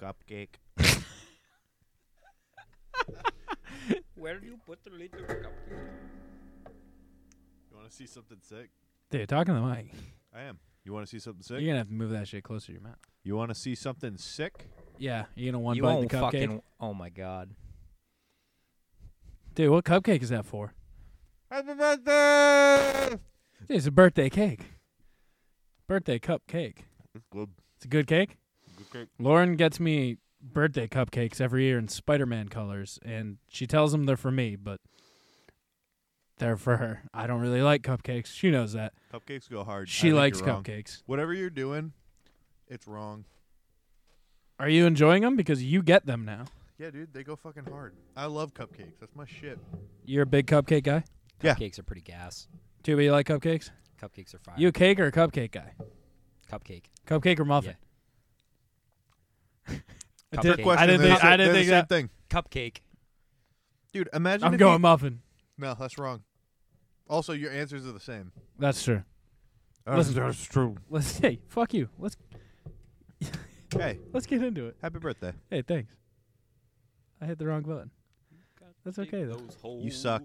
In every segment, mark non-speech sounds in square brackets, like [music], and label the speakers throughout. Speaker 1: cupcake.
Speaker 2: Where do you put the little cupcake?
Speaker 1: You want to see something sick?
Speaker 3: Dude, talking to the mic.
Speaker 1: I am. You want to see something
Speaker 3: You're
Speaker 1: sick?
Speaker 3: gonna have to move that shit closer to your mouth.
Speaker 1: You want to see something sick?
Speaker 3: Yeah, you're gonna one
Speaker 2: you
Speaker 3: bite
Speaker 2: won't
Speaker 3: the cupcake.
Speaker 2: fucking. Oh my god.
Speaker 3: Dude, what cupcake is that for?
Speaker 1: Happy birthday!
Speaker 3: Dude, it's a birthday cake. Birthday cupcake.
Speaker 1: It's good.
Speaker 3: It's a good cake.
Speaker 1: Good cake.
Speaker 3: Lauren gets me birthday cupcakes every year in Spider-Man colors, and she tells them they're for me, but they're for her. I don't really like cupcakes. She knows that.
Speaker 1: Cupcakes go hard. I
Speaker 3: She
Speaker 1: think
Speaker 3: likes
Speaker 1: you're wrong.
Speaker 3: cupcakes.
Speaker 1: Whatever you're doing, it's wrong.
Speaker 3: Are you enjoying them? Because you get them now.
Speaker 1: Yeah, dude, they go fucking hard. I love cupcakes. That's my shit.
Speaker 3: You're a big cupcake guy.
Speaker 1: Yeah.
Speaker 2: Cupcakes are pretty gas.
Speaker 3: Too, but you like cupcakes.
Speaker 2: Cupcakes are fire.
Speaker 3: You a cake or a cupcake guy?
Speaker 2: cupcake.
Speaker 3: Cupcake or muffin? I
Speaker 2: Trick
Speaker 3: did-
Speaker 2: question,
Speaker 3: I didn't
Speaker 1: They're
Speaker 3: think.
Speaker 1: the sa-
Speaker 3: I
Speaker 1: they're
Speaker 3: didn't think
Speaker 1: the same
Speaker 3: that.
Speaker 1: thing.
Speaker 2: Cupcake.
Speaker 1: Dude, imagine
Speaker 3: I'm
Speaker 1: if
Speaker 3: going
Speaker 1: You,
Speaker 3: muffin.
Speaker 1: no, that's wrong. Also, your answers are the same.
Speaker 3: That's true. Listen-
Speaker 1: that's true.
Speaker 3: Let's hey, fuck you. Let's
Speaker 1: Hey,
Speaker 3: let's get into it.
Speaker 1: happy birthday.
Speaker 3: Hey, thanks. I hit the wrong button. That's okay though.
Speaker 1: You suck.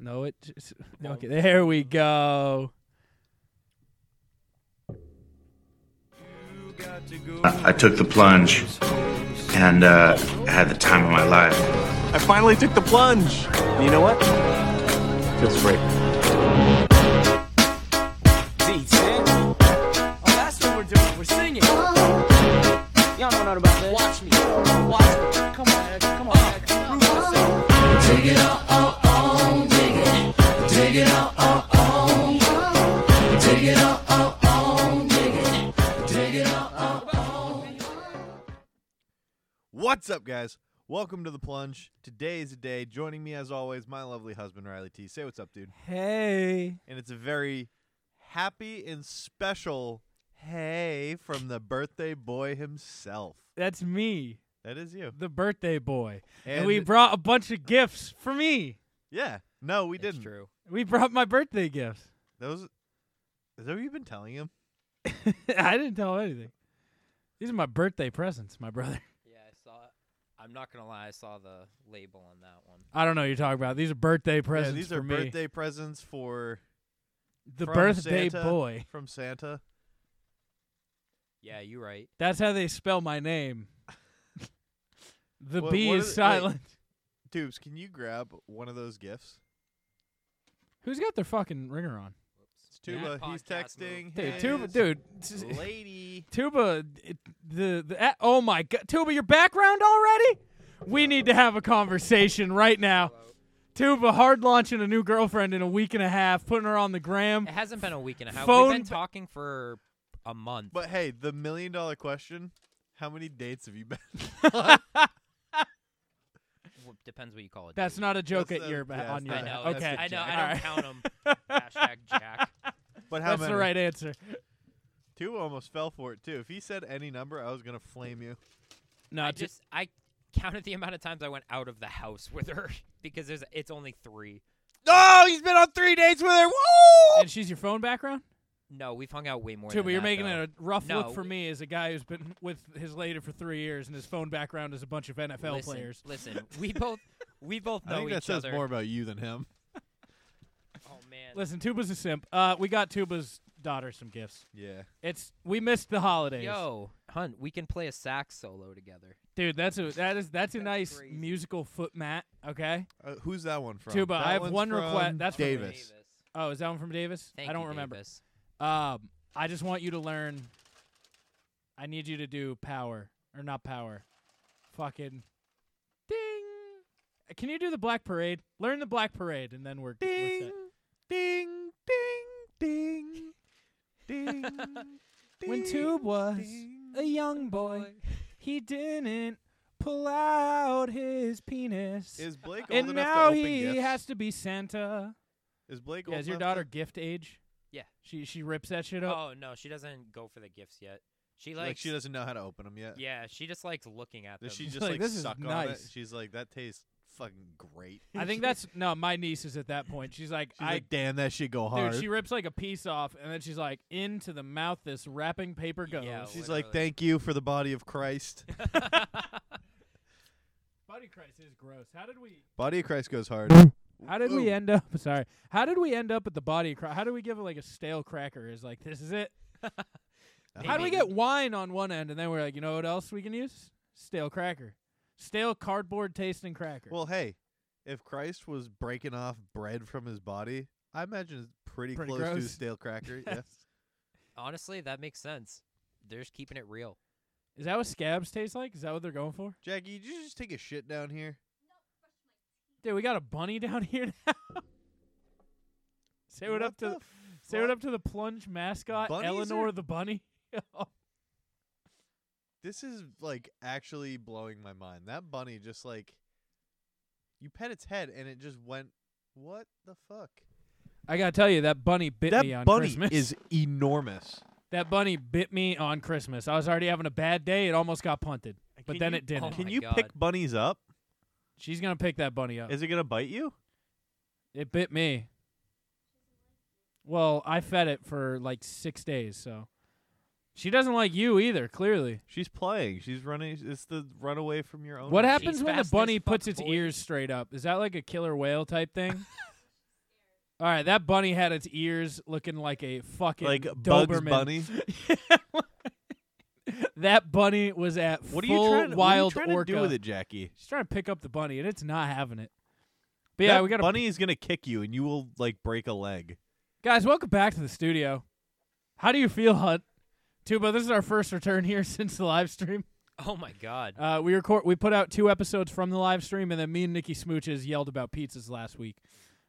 Speaker 3: No, it. Just, okay, there we go.
Speaker 4: I took the plunge and uh, had the time of my life.
Speaker 5: I finally took the plunge. You know what? Feels great.
Speaker 6: Oh, that's what we're doing. We're singing. Y'all know nothing about this. Watch me. Watch me. Come on, Eric. Come on, Eric.
Speaker 1: What's up, guys? Welcome to the plunge. Today's a day. Joining me, as always, my lovely husband Riley T. Say what's up, dude.
Speaker 3: Hey.
Speaker 1: And it's a very happy and special hey from the birthday boy himself.
Speaker 3: That's me,
Speaker 1: That is you.
Speaker 3: the birthday boy. And,
Speaker 1: And-
Speaker 3: we brought a bunch of gifts for me.
Speaker 1: Yeah. No, we didn't.
Speaker 2: True.
Speaker 3: We brought my birthday gifts. [laughs]
Speaker 1: Those. Is that what you've been telling him?
Speaker 3: I didn't tell him anything. These are my birthday presents, my brother.
Speaker 2: Yeah, I saw it. I'm not gonna lie. I saw the label on that one.
Speaker 3: I don't know what you're talking about. These are birthday
Speaker 1: yeah,
Speaker 3: presents
Speaker 1: these
Speaker 3: for
Speaker 1: are
Speaker 3: me.
Speaker 1: birthday presents for
Speaker 3: the
Speaker 1: from
Speaker 3: birthday
Speaker 1: Santa-
Speaker 3: boy.
Speaker 1: from Santa.
Speaker 2: Yeah, you're right.
Speaker 3: That's how they spell
Speaker 1: [laughs]
Speaker 3: my name. the
Speaker 1: What-
Speaker 3: B
Speaker 1: what
Speaker 3: is
Speaker 1: is- wait.
Speaker 3: silent.
Speaker 1: Tubes, can you grab one of those gifts?
Speaker 3: Who's got their fucking ringer on?
Speaker 1: It's Tuba.
Speaker 2: That
Speaker 1: He's
Speaker 2: podcast
Speaker 1: texting.
Speaker 3: Dude,
Speaker 1: his
Speaker 3: Tuba, dude. s-
Speaker 1: Lady.
Speaker 3: Tuba, it, the, the a- oh my god, Tuba, your background already? We need to have a conversation right now. Tuba hard launching a new girlfriend in a week and a half, putting her on the
Speaker 2: [laughs]
Speaker 3: gram.
Speaker 2: It hasn't been a week and a half.
Speaker 3: Phone
Speaker 2: We've been
Speaker 3: ba-
Speaker 2: talking for a month.
Speaker 1: But hey, the million dollar question how many dates have you been? [laughs]
Speaker 2: W- depends what you call it.
Speaker 3: That's
Speaker 2: dude.
Speaker 3: not a joke
Speaker 1: That's
Speaker 3: at
Speaker 1: the-
Speaker 3: your ba-
Speaker 1: yeah,
Speaker 3: on your
Speaker 2: I
Speaker 1: not-
Speaker 2: know.
Speaker 1: that's
Speaker 2: it's-
Speaker 3: okay.
Speaker 1: the
Speaker 2: I know. I
Speaker 3: All
Speaker 2: don't
Speaker 3: right.
Speaker 2: count 'em.
Speaker 3: [laughs]
Speaker 2: Hashtag Jack.
Speaker 1: But how
Speaker 3: That's
Speaker 1: many?
Speaker 3: the right answer.
Speaker 1: Tuba almost fell for it too. If he said any number, I was gonna flame you.
Speaker 3: No,
Speaker 2: I
Speaker 3: just
Speaker 2: just I counted the amount of times I went out of the house with her [laughs] because there's it's only three.
Speaker 1: No, he's been on three dates with her.
Speaker 3: and she's your phone background.
Speaker 2: No, we've hung out way more.
Speaker 3: Tuba,
Speaker 2: than
Speaker 3: you're
Speaker 2: that,
Speaker 3: making
Speaker 2: though.
Speaker 3: it a rough
Speaker 2: No,
Speaker 3: look for me as a guy who's been [laughs] with his lady for three years and his phone background is a bunch of NFL
Speaker 2: listen,
Speaker 3: players.
Speaker 2: Listen,
Speaker 1: [laughs]
Speaker 2: we both we both
Speaker 1: I
Speaker 2: know
Speaker 1: think
Speaker 2: each
Speaker 1: that says
Speaker 2: other.
Speaker 1: more about you than him.
Speaker 2: Oh man.
Speaker 3: Listen, Tuba's a simp. Uh, we got Tuba's daughter some gifts.
Speaker 1: Yeah.
Speaker 3: It's we missed the holidays.
Speaker 2: Yo, Hunt, we can play a sax solo together.
Speaker 3: Dude, that's a that is that's a
Speaker 2: That's
Speaker 3: nice
Speaker 2: crazy.
Speaker 3: musical foot mat. Okay.
Speaker 1: Uh, who's that one from?
Speaker 3: Tuba,
Speaker 1: That
Speaker 3: I have
Speaker 1: one's
Speaker 3: one request-
Speaker 1: from
Speaker 3: that's from
Speaker 1: Davis.
Speaker 3: Oh, is that one from Davis?
Speaker 2: Thank
Speaker 3: I don't
Speaker 2: you,
Speaker 3: remember.
Speaker 2: Davis.
Speaker 3: Um, I just want you to learn. I need you to do power or not power, fucking ding. Uh, Can you do the Black Parade? Learn the Black Parade, and then we're We're set.
Speaker 1: ding, ding, ding, ding.
Speaker 3: [laughs] When Tube was a young boy, he didn't pull out his penis.
Speaker 1: Is Blake old
Speaker 3: and
Speaker 1: enough
Speaker 3: now
Speaker 1: to open
Speaker 3: he
Speaker 1: gifts?
Speaker 3: has to be Santa.
Speaker 1: Is Blake
Speaker 3: Yeah,
Speaker 1: old
Speaker 3: is your
Speaker 1: enough to-
Speaker 3: daughter gift age?
Speaker 2: Yeah.
Speaker 3: She she rips that shit up.
Speaker 2: Oh no, she doesn't go for the gifts yet. She
Speaker 1: like,
Speaker 2: likes [laughs]
Speaker 1: she doesn't know how to open them yet?
Speaker 2: Yeah, she just likes looking at them.
Speaker 3: [laughs]
Speaker 1: Does she
Speaker 3: She's
Speaker 1: just
Speaker 3: like,
Speaker 1: like,
Speaker 3: "This is
Speaker 1: suck on it?
Speaker 3: nice."
Speaker 1: She's like, that tastes fucking great.
Speaker 3: I think that's no. My niece is at that point. She's like,
Speaker 1: Oh. [laughs] She's
Speaker 3: I
Speaker 1: like, damn, that shit go hard.
Speaker 3: dude. She rips like a piece off, and then she's like, into the mouth this wrapping paper goes.
Speaker 2: Yeah,
Speaker 1: She's
Speaker 2: Literally.
Speaker 1: like, thank you for the body of Christ.
Speaker 3: Body Christ is gross. How did we?
Speaker 1: body of Christ goes hard.
Speaker 3: How did we end up? [laughs] Sorry. How did we end up at the Body Christ? How did we give it like a stale cracker? Is like this is it? How do
Speaker 2: Maybe.
Speaker 3: we get wine on one end, and then we're like, you know what else we can use? Stale cracker, stale cardboard tasting cracker.
Speaker 1: Well, hey, if Christ was breaking off bread from his body, I imagine it's pretty,
Speaker 3: Pretty
Speaker 1: close to a
Speaker 3: gross.
Speaker 1: stale
Speaker 3: [laughs]
Speaker 1: cracker. yeah.
Speaker 3: Yes.
Speaker 2: [laughs] Honestly, that makes sense. They're just keeping it real.
Speaker 3: Is that what scabs taste like? Is that what they're going for?
Speaker 1: Jackie, did you just take a shit down here?
Speaker 3: Dude, we got a bunny [laughs] down here now. say what, up to
Speaker 1: the
Speaker 3: the, say what
Speaker 1: fuck?
Speaker 3: up to the plunge mascot,
Speaker 1: Bunnies
Speaker 3: Eleanor
Speaker 1: are-
Speaker 3: the bunny. [laughs]
Speaker 1: This is like actually blowing my mind. That bunny just like you pet its head and it just went. What the fuck?
Speaker 3: I gotta tell you, that bunny bit me on
Speaker 1: that bunny
Speaker 3: Christmas. Oh
Speaker 1: is enormous.
Speaker 3: [laughs] that bunny bit me on Christmas. I was already having a bad day. It almost got punted, but
Speaker 1: Can
Speaker 3: then
Speaker 1: you-
Speaker 3: it didn't.
Speaker 2: Oh
Speaker 1: Can
Speaker 2: my
Speaker 1: you pick
Speaker 2: God.
Speaker 1: bunnies up?
Speaker 3: She's gonna pick that bunny up.
Speaker 1: Is it gonna bite you?
Speaker 3: it bit me. Well, I fed it for like six days, so she doesn't like you either. Clearly,
Speaker 1: She's playing. She's running. It's the runaway from your own.
Speaker 3: what
Speaker 2: She's
Speaker 3: happens when the
Speaker 2: fast as
Speaker 3: bunny
Speaker 2: fuck,
Speaker 3: puts its
Speaker 2: boy.
Speaker 3: ears straight up? Is that like a killer whale
Speaker 1: [laughs]
Speaker 3: type thing? All right, that bunny had its ears looking like a fucking
Speaker 1: Like Bugs
Speaker 3: Doberman.
Speaker 1: Bunny.
Speaker 3: [laughs] That bunny was at
Speaker 1: What are you
Speaker 3: full
Speaker 1: trying? to-
Speaker 3: wild
Speaker 1: what are you trying
Speaker 3: orca.
Speaker 1: to do with it, Jackie?
Speaker 3: She's trying to pick up the bunny, and it's not having it. But yeah,
Speaker 1: That
Speaker 3: we got
Speaker 1: bunny is gonna kick you, and you will like break a leg.
Speaker 3: guys. Welcome back to the studio. How do you feel, Hunt? Tuba, this is our first return here [laughs] since the live stream.
Speaker 2: Oh my god.
Speaker 3: Uh, we record, we put out two episodes from the live stream, and then me and Nikki Smooches yelled about pizzas last week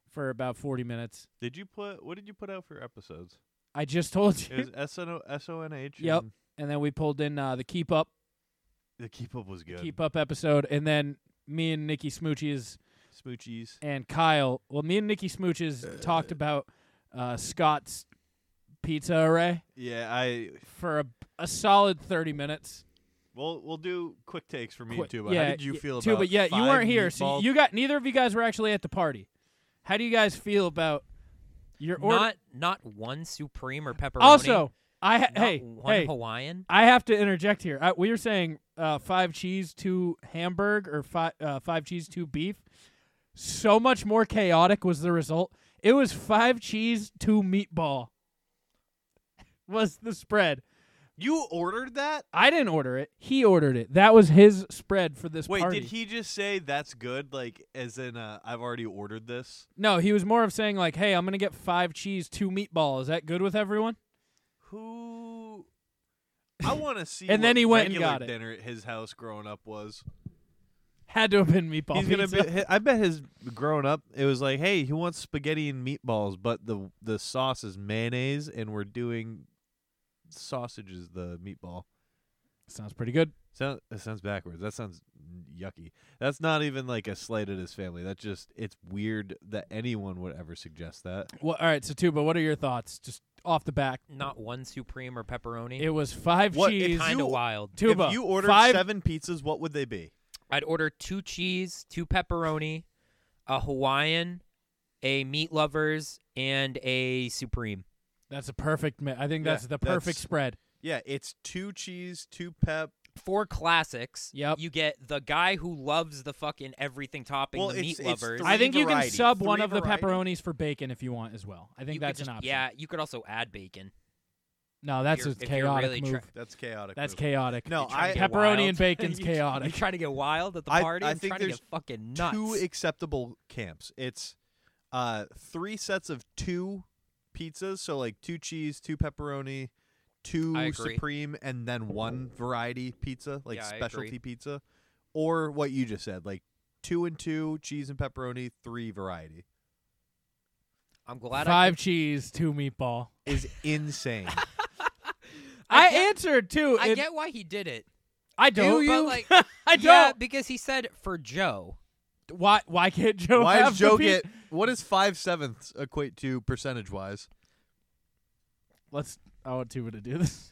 Speaker 3: for about forty minutes.
Speaker 1: Did you put? What did you put out for episodes?
Speaker 3: I just told [laughs] you,
Speaker 1: It was S N O S O N H.
Speaker 3: [laughs] Yep. and then we pulled in uh, the keep up,
Speaker 1: The keep up was good.
Speaker 3: keep up episode, and then me and Nikki Smooches
Speaker 1: Smoochies.
Speaker 3: and Kyle. Well, me and Nikki Smooches talked about uh, Scott's pizza array
Speaker 1: Yeah, I.
Speaker 3: for a, a solid thirty minutes.
Speaker 1: We'll we'll do quick takes for me
Speaker 3: Quick-
Speaker 1: and Tuba. How did you
Speaker 3: y-
Speaker 1: feel
Speaker 3: Tuba,
Speaker 1: about?
Speaker 3: yeah, you
Speaker 1: five
Speaker 3: weren't here, so
Speaker 1: meatballs?
Speaker 3: you got neither of you guys were actually at the party. How do you guys feel about your order?
Speaker 2: not not one supreme or pepperoni.
Speaker 3: also, I ha-
Speaker 2: not
Speaker 3: hey
Speaker 2: one
Speaker 3: hey,
Speaker 2: Hawaiian.
Speaker 3: I have to interject here. I, we were saying uh, five cheese, two hamburg, or five uh, five cheese, two beef. So much more chaotic was the result. It was five cheese, two meatball. [laughs] Was the spread?
Speaker 1: You ordered that?
Speaker 3: I didn't order it. He ordered it. That was his spread for this
Speaker 1: Wait,
Speaker 3: party.
Speaker 1: did he just say that's good? Like, as in, uh, I've already ordered this.
Speaker 3: No, he was more of saying like, "Hey, I'm gonna get five cheese, two meatball. Is that good with everyone?" [laughs]
Speaker 1: Who? I want to see.
Speaker 3: And
Speaker 1: what
Speaker 3: then he went and
Speaker 1: regular
Speaker 3: got it.
Speaker 1: dinner at his house growing up was.
Speaker 3: Had to have been meatball.
Speaker 1: He's gonna
Speaker 3: pizza.
Speaker 1: be. I bet his growing up, it was like, hey, he wants spaghetti and meatballs, but the the sauce is mayonnaise, and we're doing sausages the meatball.
Speaker 3: [laughs] Sounds pretty good.
Speaker 1: Sound, that sounds backwards. That sounds yucky. That's not even like a slight at his family. That's just it's weird that anyone would ever suggest that.
Speaker 3: Well, all right, so Tuba, what are your thoughts? Just off the back,
Speaker 2: Not one supreme or pepperoni.
Speaker 3: it was five
Speaker 1: What-
Speaker 3: cheese,
Speaker 1: if
Speaker 2: kind of
Speaker 1: you-
Speaker 2: wild.
Speaker 3: Tuba.
Speaker 1: if you ordered
Speaker 3: five,
Speaker 1: seven pizzas, what would they be?
Speaker 2: I'd order two cheese, two pepperoni, a Hawaiian, a meat lovers, and a supreme.
Speaker 3: That's a perfect. Mi- I think
Speaker 1: Yeah,
Speaker 3: that's the perfect
Speaker 1: that's-
Speaker 3: spread.
Speaker 1: Yeah, it's two cheese, two pep.
Speaker 2: Four classics.
Speaker 3: Yep.
Speaker 2: You get the guy who loves the fucking everything topping,
Speaker 1: Well,
Speaker 2: the
Speaker 1: it's-
Speaker 2: meat
Speaker 1: it's
Speaker 2: lovers.
Speaker 1: three
Speaker 3: I think you can
Speaker 1: variety-
Speaker 3: sub one
Speaker 1: three
Speaker 3: of the
Speaker 1: variety.
Speaker 3: pepperonis for bacon if you want as well. I think
Speaker 2: You could
Speaker 3: that's
Speaker 2: just-
Speaker 3: an option.
Speaker 2: Yeah, you could also add bacon.
Speaker 3: No, that's
Speaker 2: you're-
Speaker 3: a
Speaker 2: if you're
Speaker 3: chaotic
Speaker 2: really
Speaker 3: move.
Speaker 2: try-
Speaker 1: That's chaotic.
Speaker 3: that's
Speaker 1: move.
Speaker 3: chaotic.
Speaker 1: No,
Speaker 2: trying
Speaker 1: I
Speaker 2: to get
Speaker 3: pepperoni
Speaker 2: wild. [laughs]
Speaker 3: and bacon's
Speaker 2: You-
Speaker 3: chaotic.
Speaker 2: You trying to get wild at the
Speaker 1: I-
Speaker 2: party?
Speaker 1: I
Speaker 2: I'm
Speaker 1: think
Speaker 2: trying to
Speaker 1: there's
Speaker 2: get fucking nuts.
Speaker 1: two acceptable camps. It's uh three sets of two pizzas, so like two cheese, two pepperoni,
Speaker 2: I
Speaker 1: two
Speaker 2: agree.
Speaker 1: supreme, and then one variety pizza, like
Speaker 2: Yeah, I agree.
Speaker 1: specialty pizza, or what you just said, like two and two cheese and pepperoni, three variety
Speaker 2: I'm glad [laughs] I.
Speaker 3: five cheese, two meatball.
Speaker 2: [laughs]
Speaker 1: is insane.
Speaker 3: I,
Speaker 2: I get-
Speaker 3: answered too.
Speaker 2: I
Speaker 3: It-
Speaker 2: get why he did it.
Speaker 3: I don't.
Speaker 2: but,
Speaker 3: you? [laughs]
Speaker 2: like,
Speaker 3: I
Speaker 2: Yeah,
Speaker 3: don't.
Speaker 2: because he said for Joe.
Speaker 3: Why? Why can't Joe?
Speaker 1: Why
Speaker 3: have
Speaker 1: does Joe
Speaker 3: the pi-
Speaker 1: get what does five sevenths equate to percentage wise?
Speaker 3: Let's. I want Tuba to do this.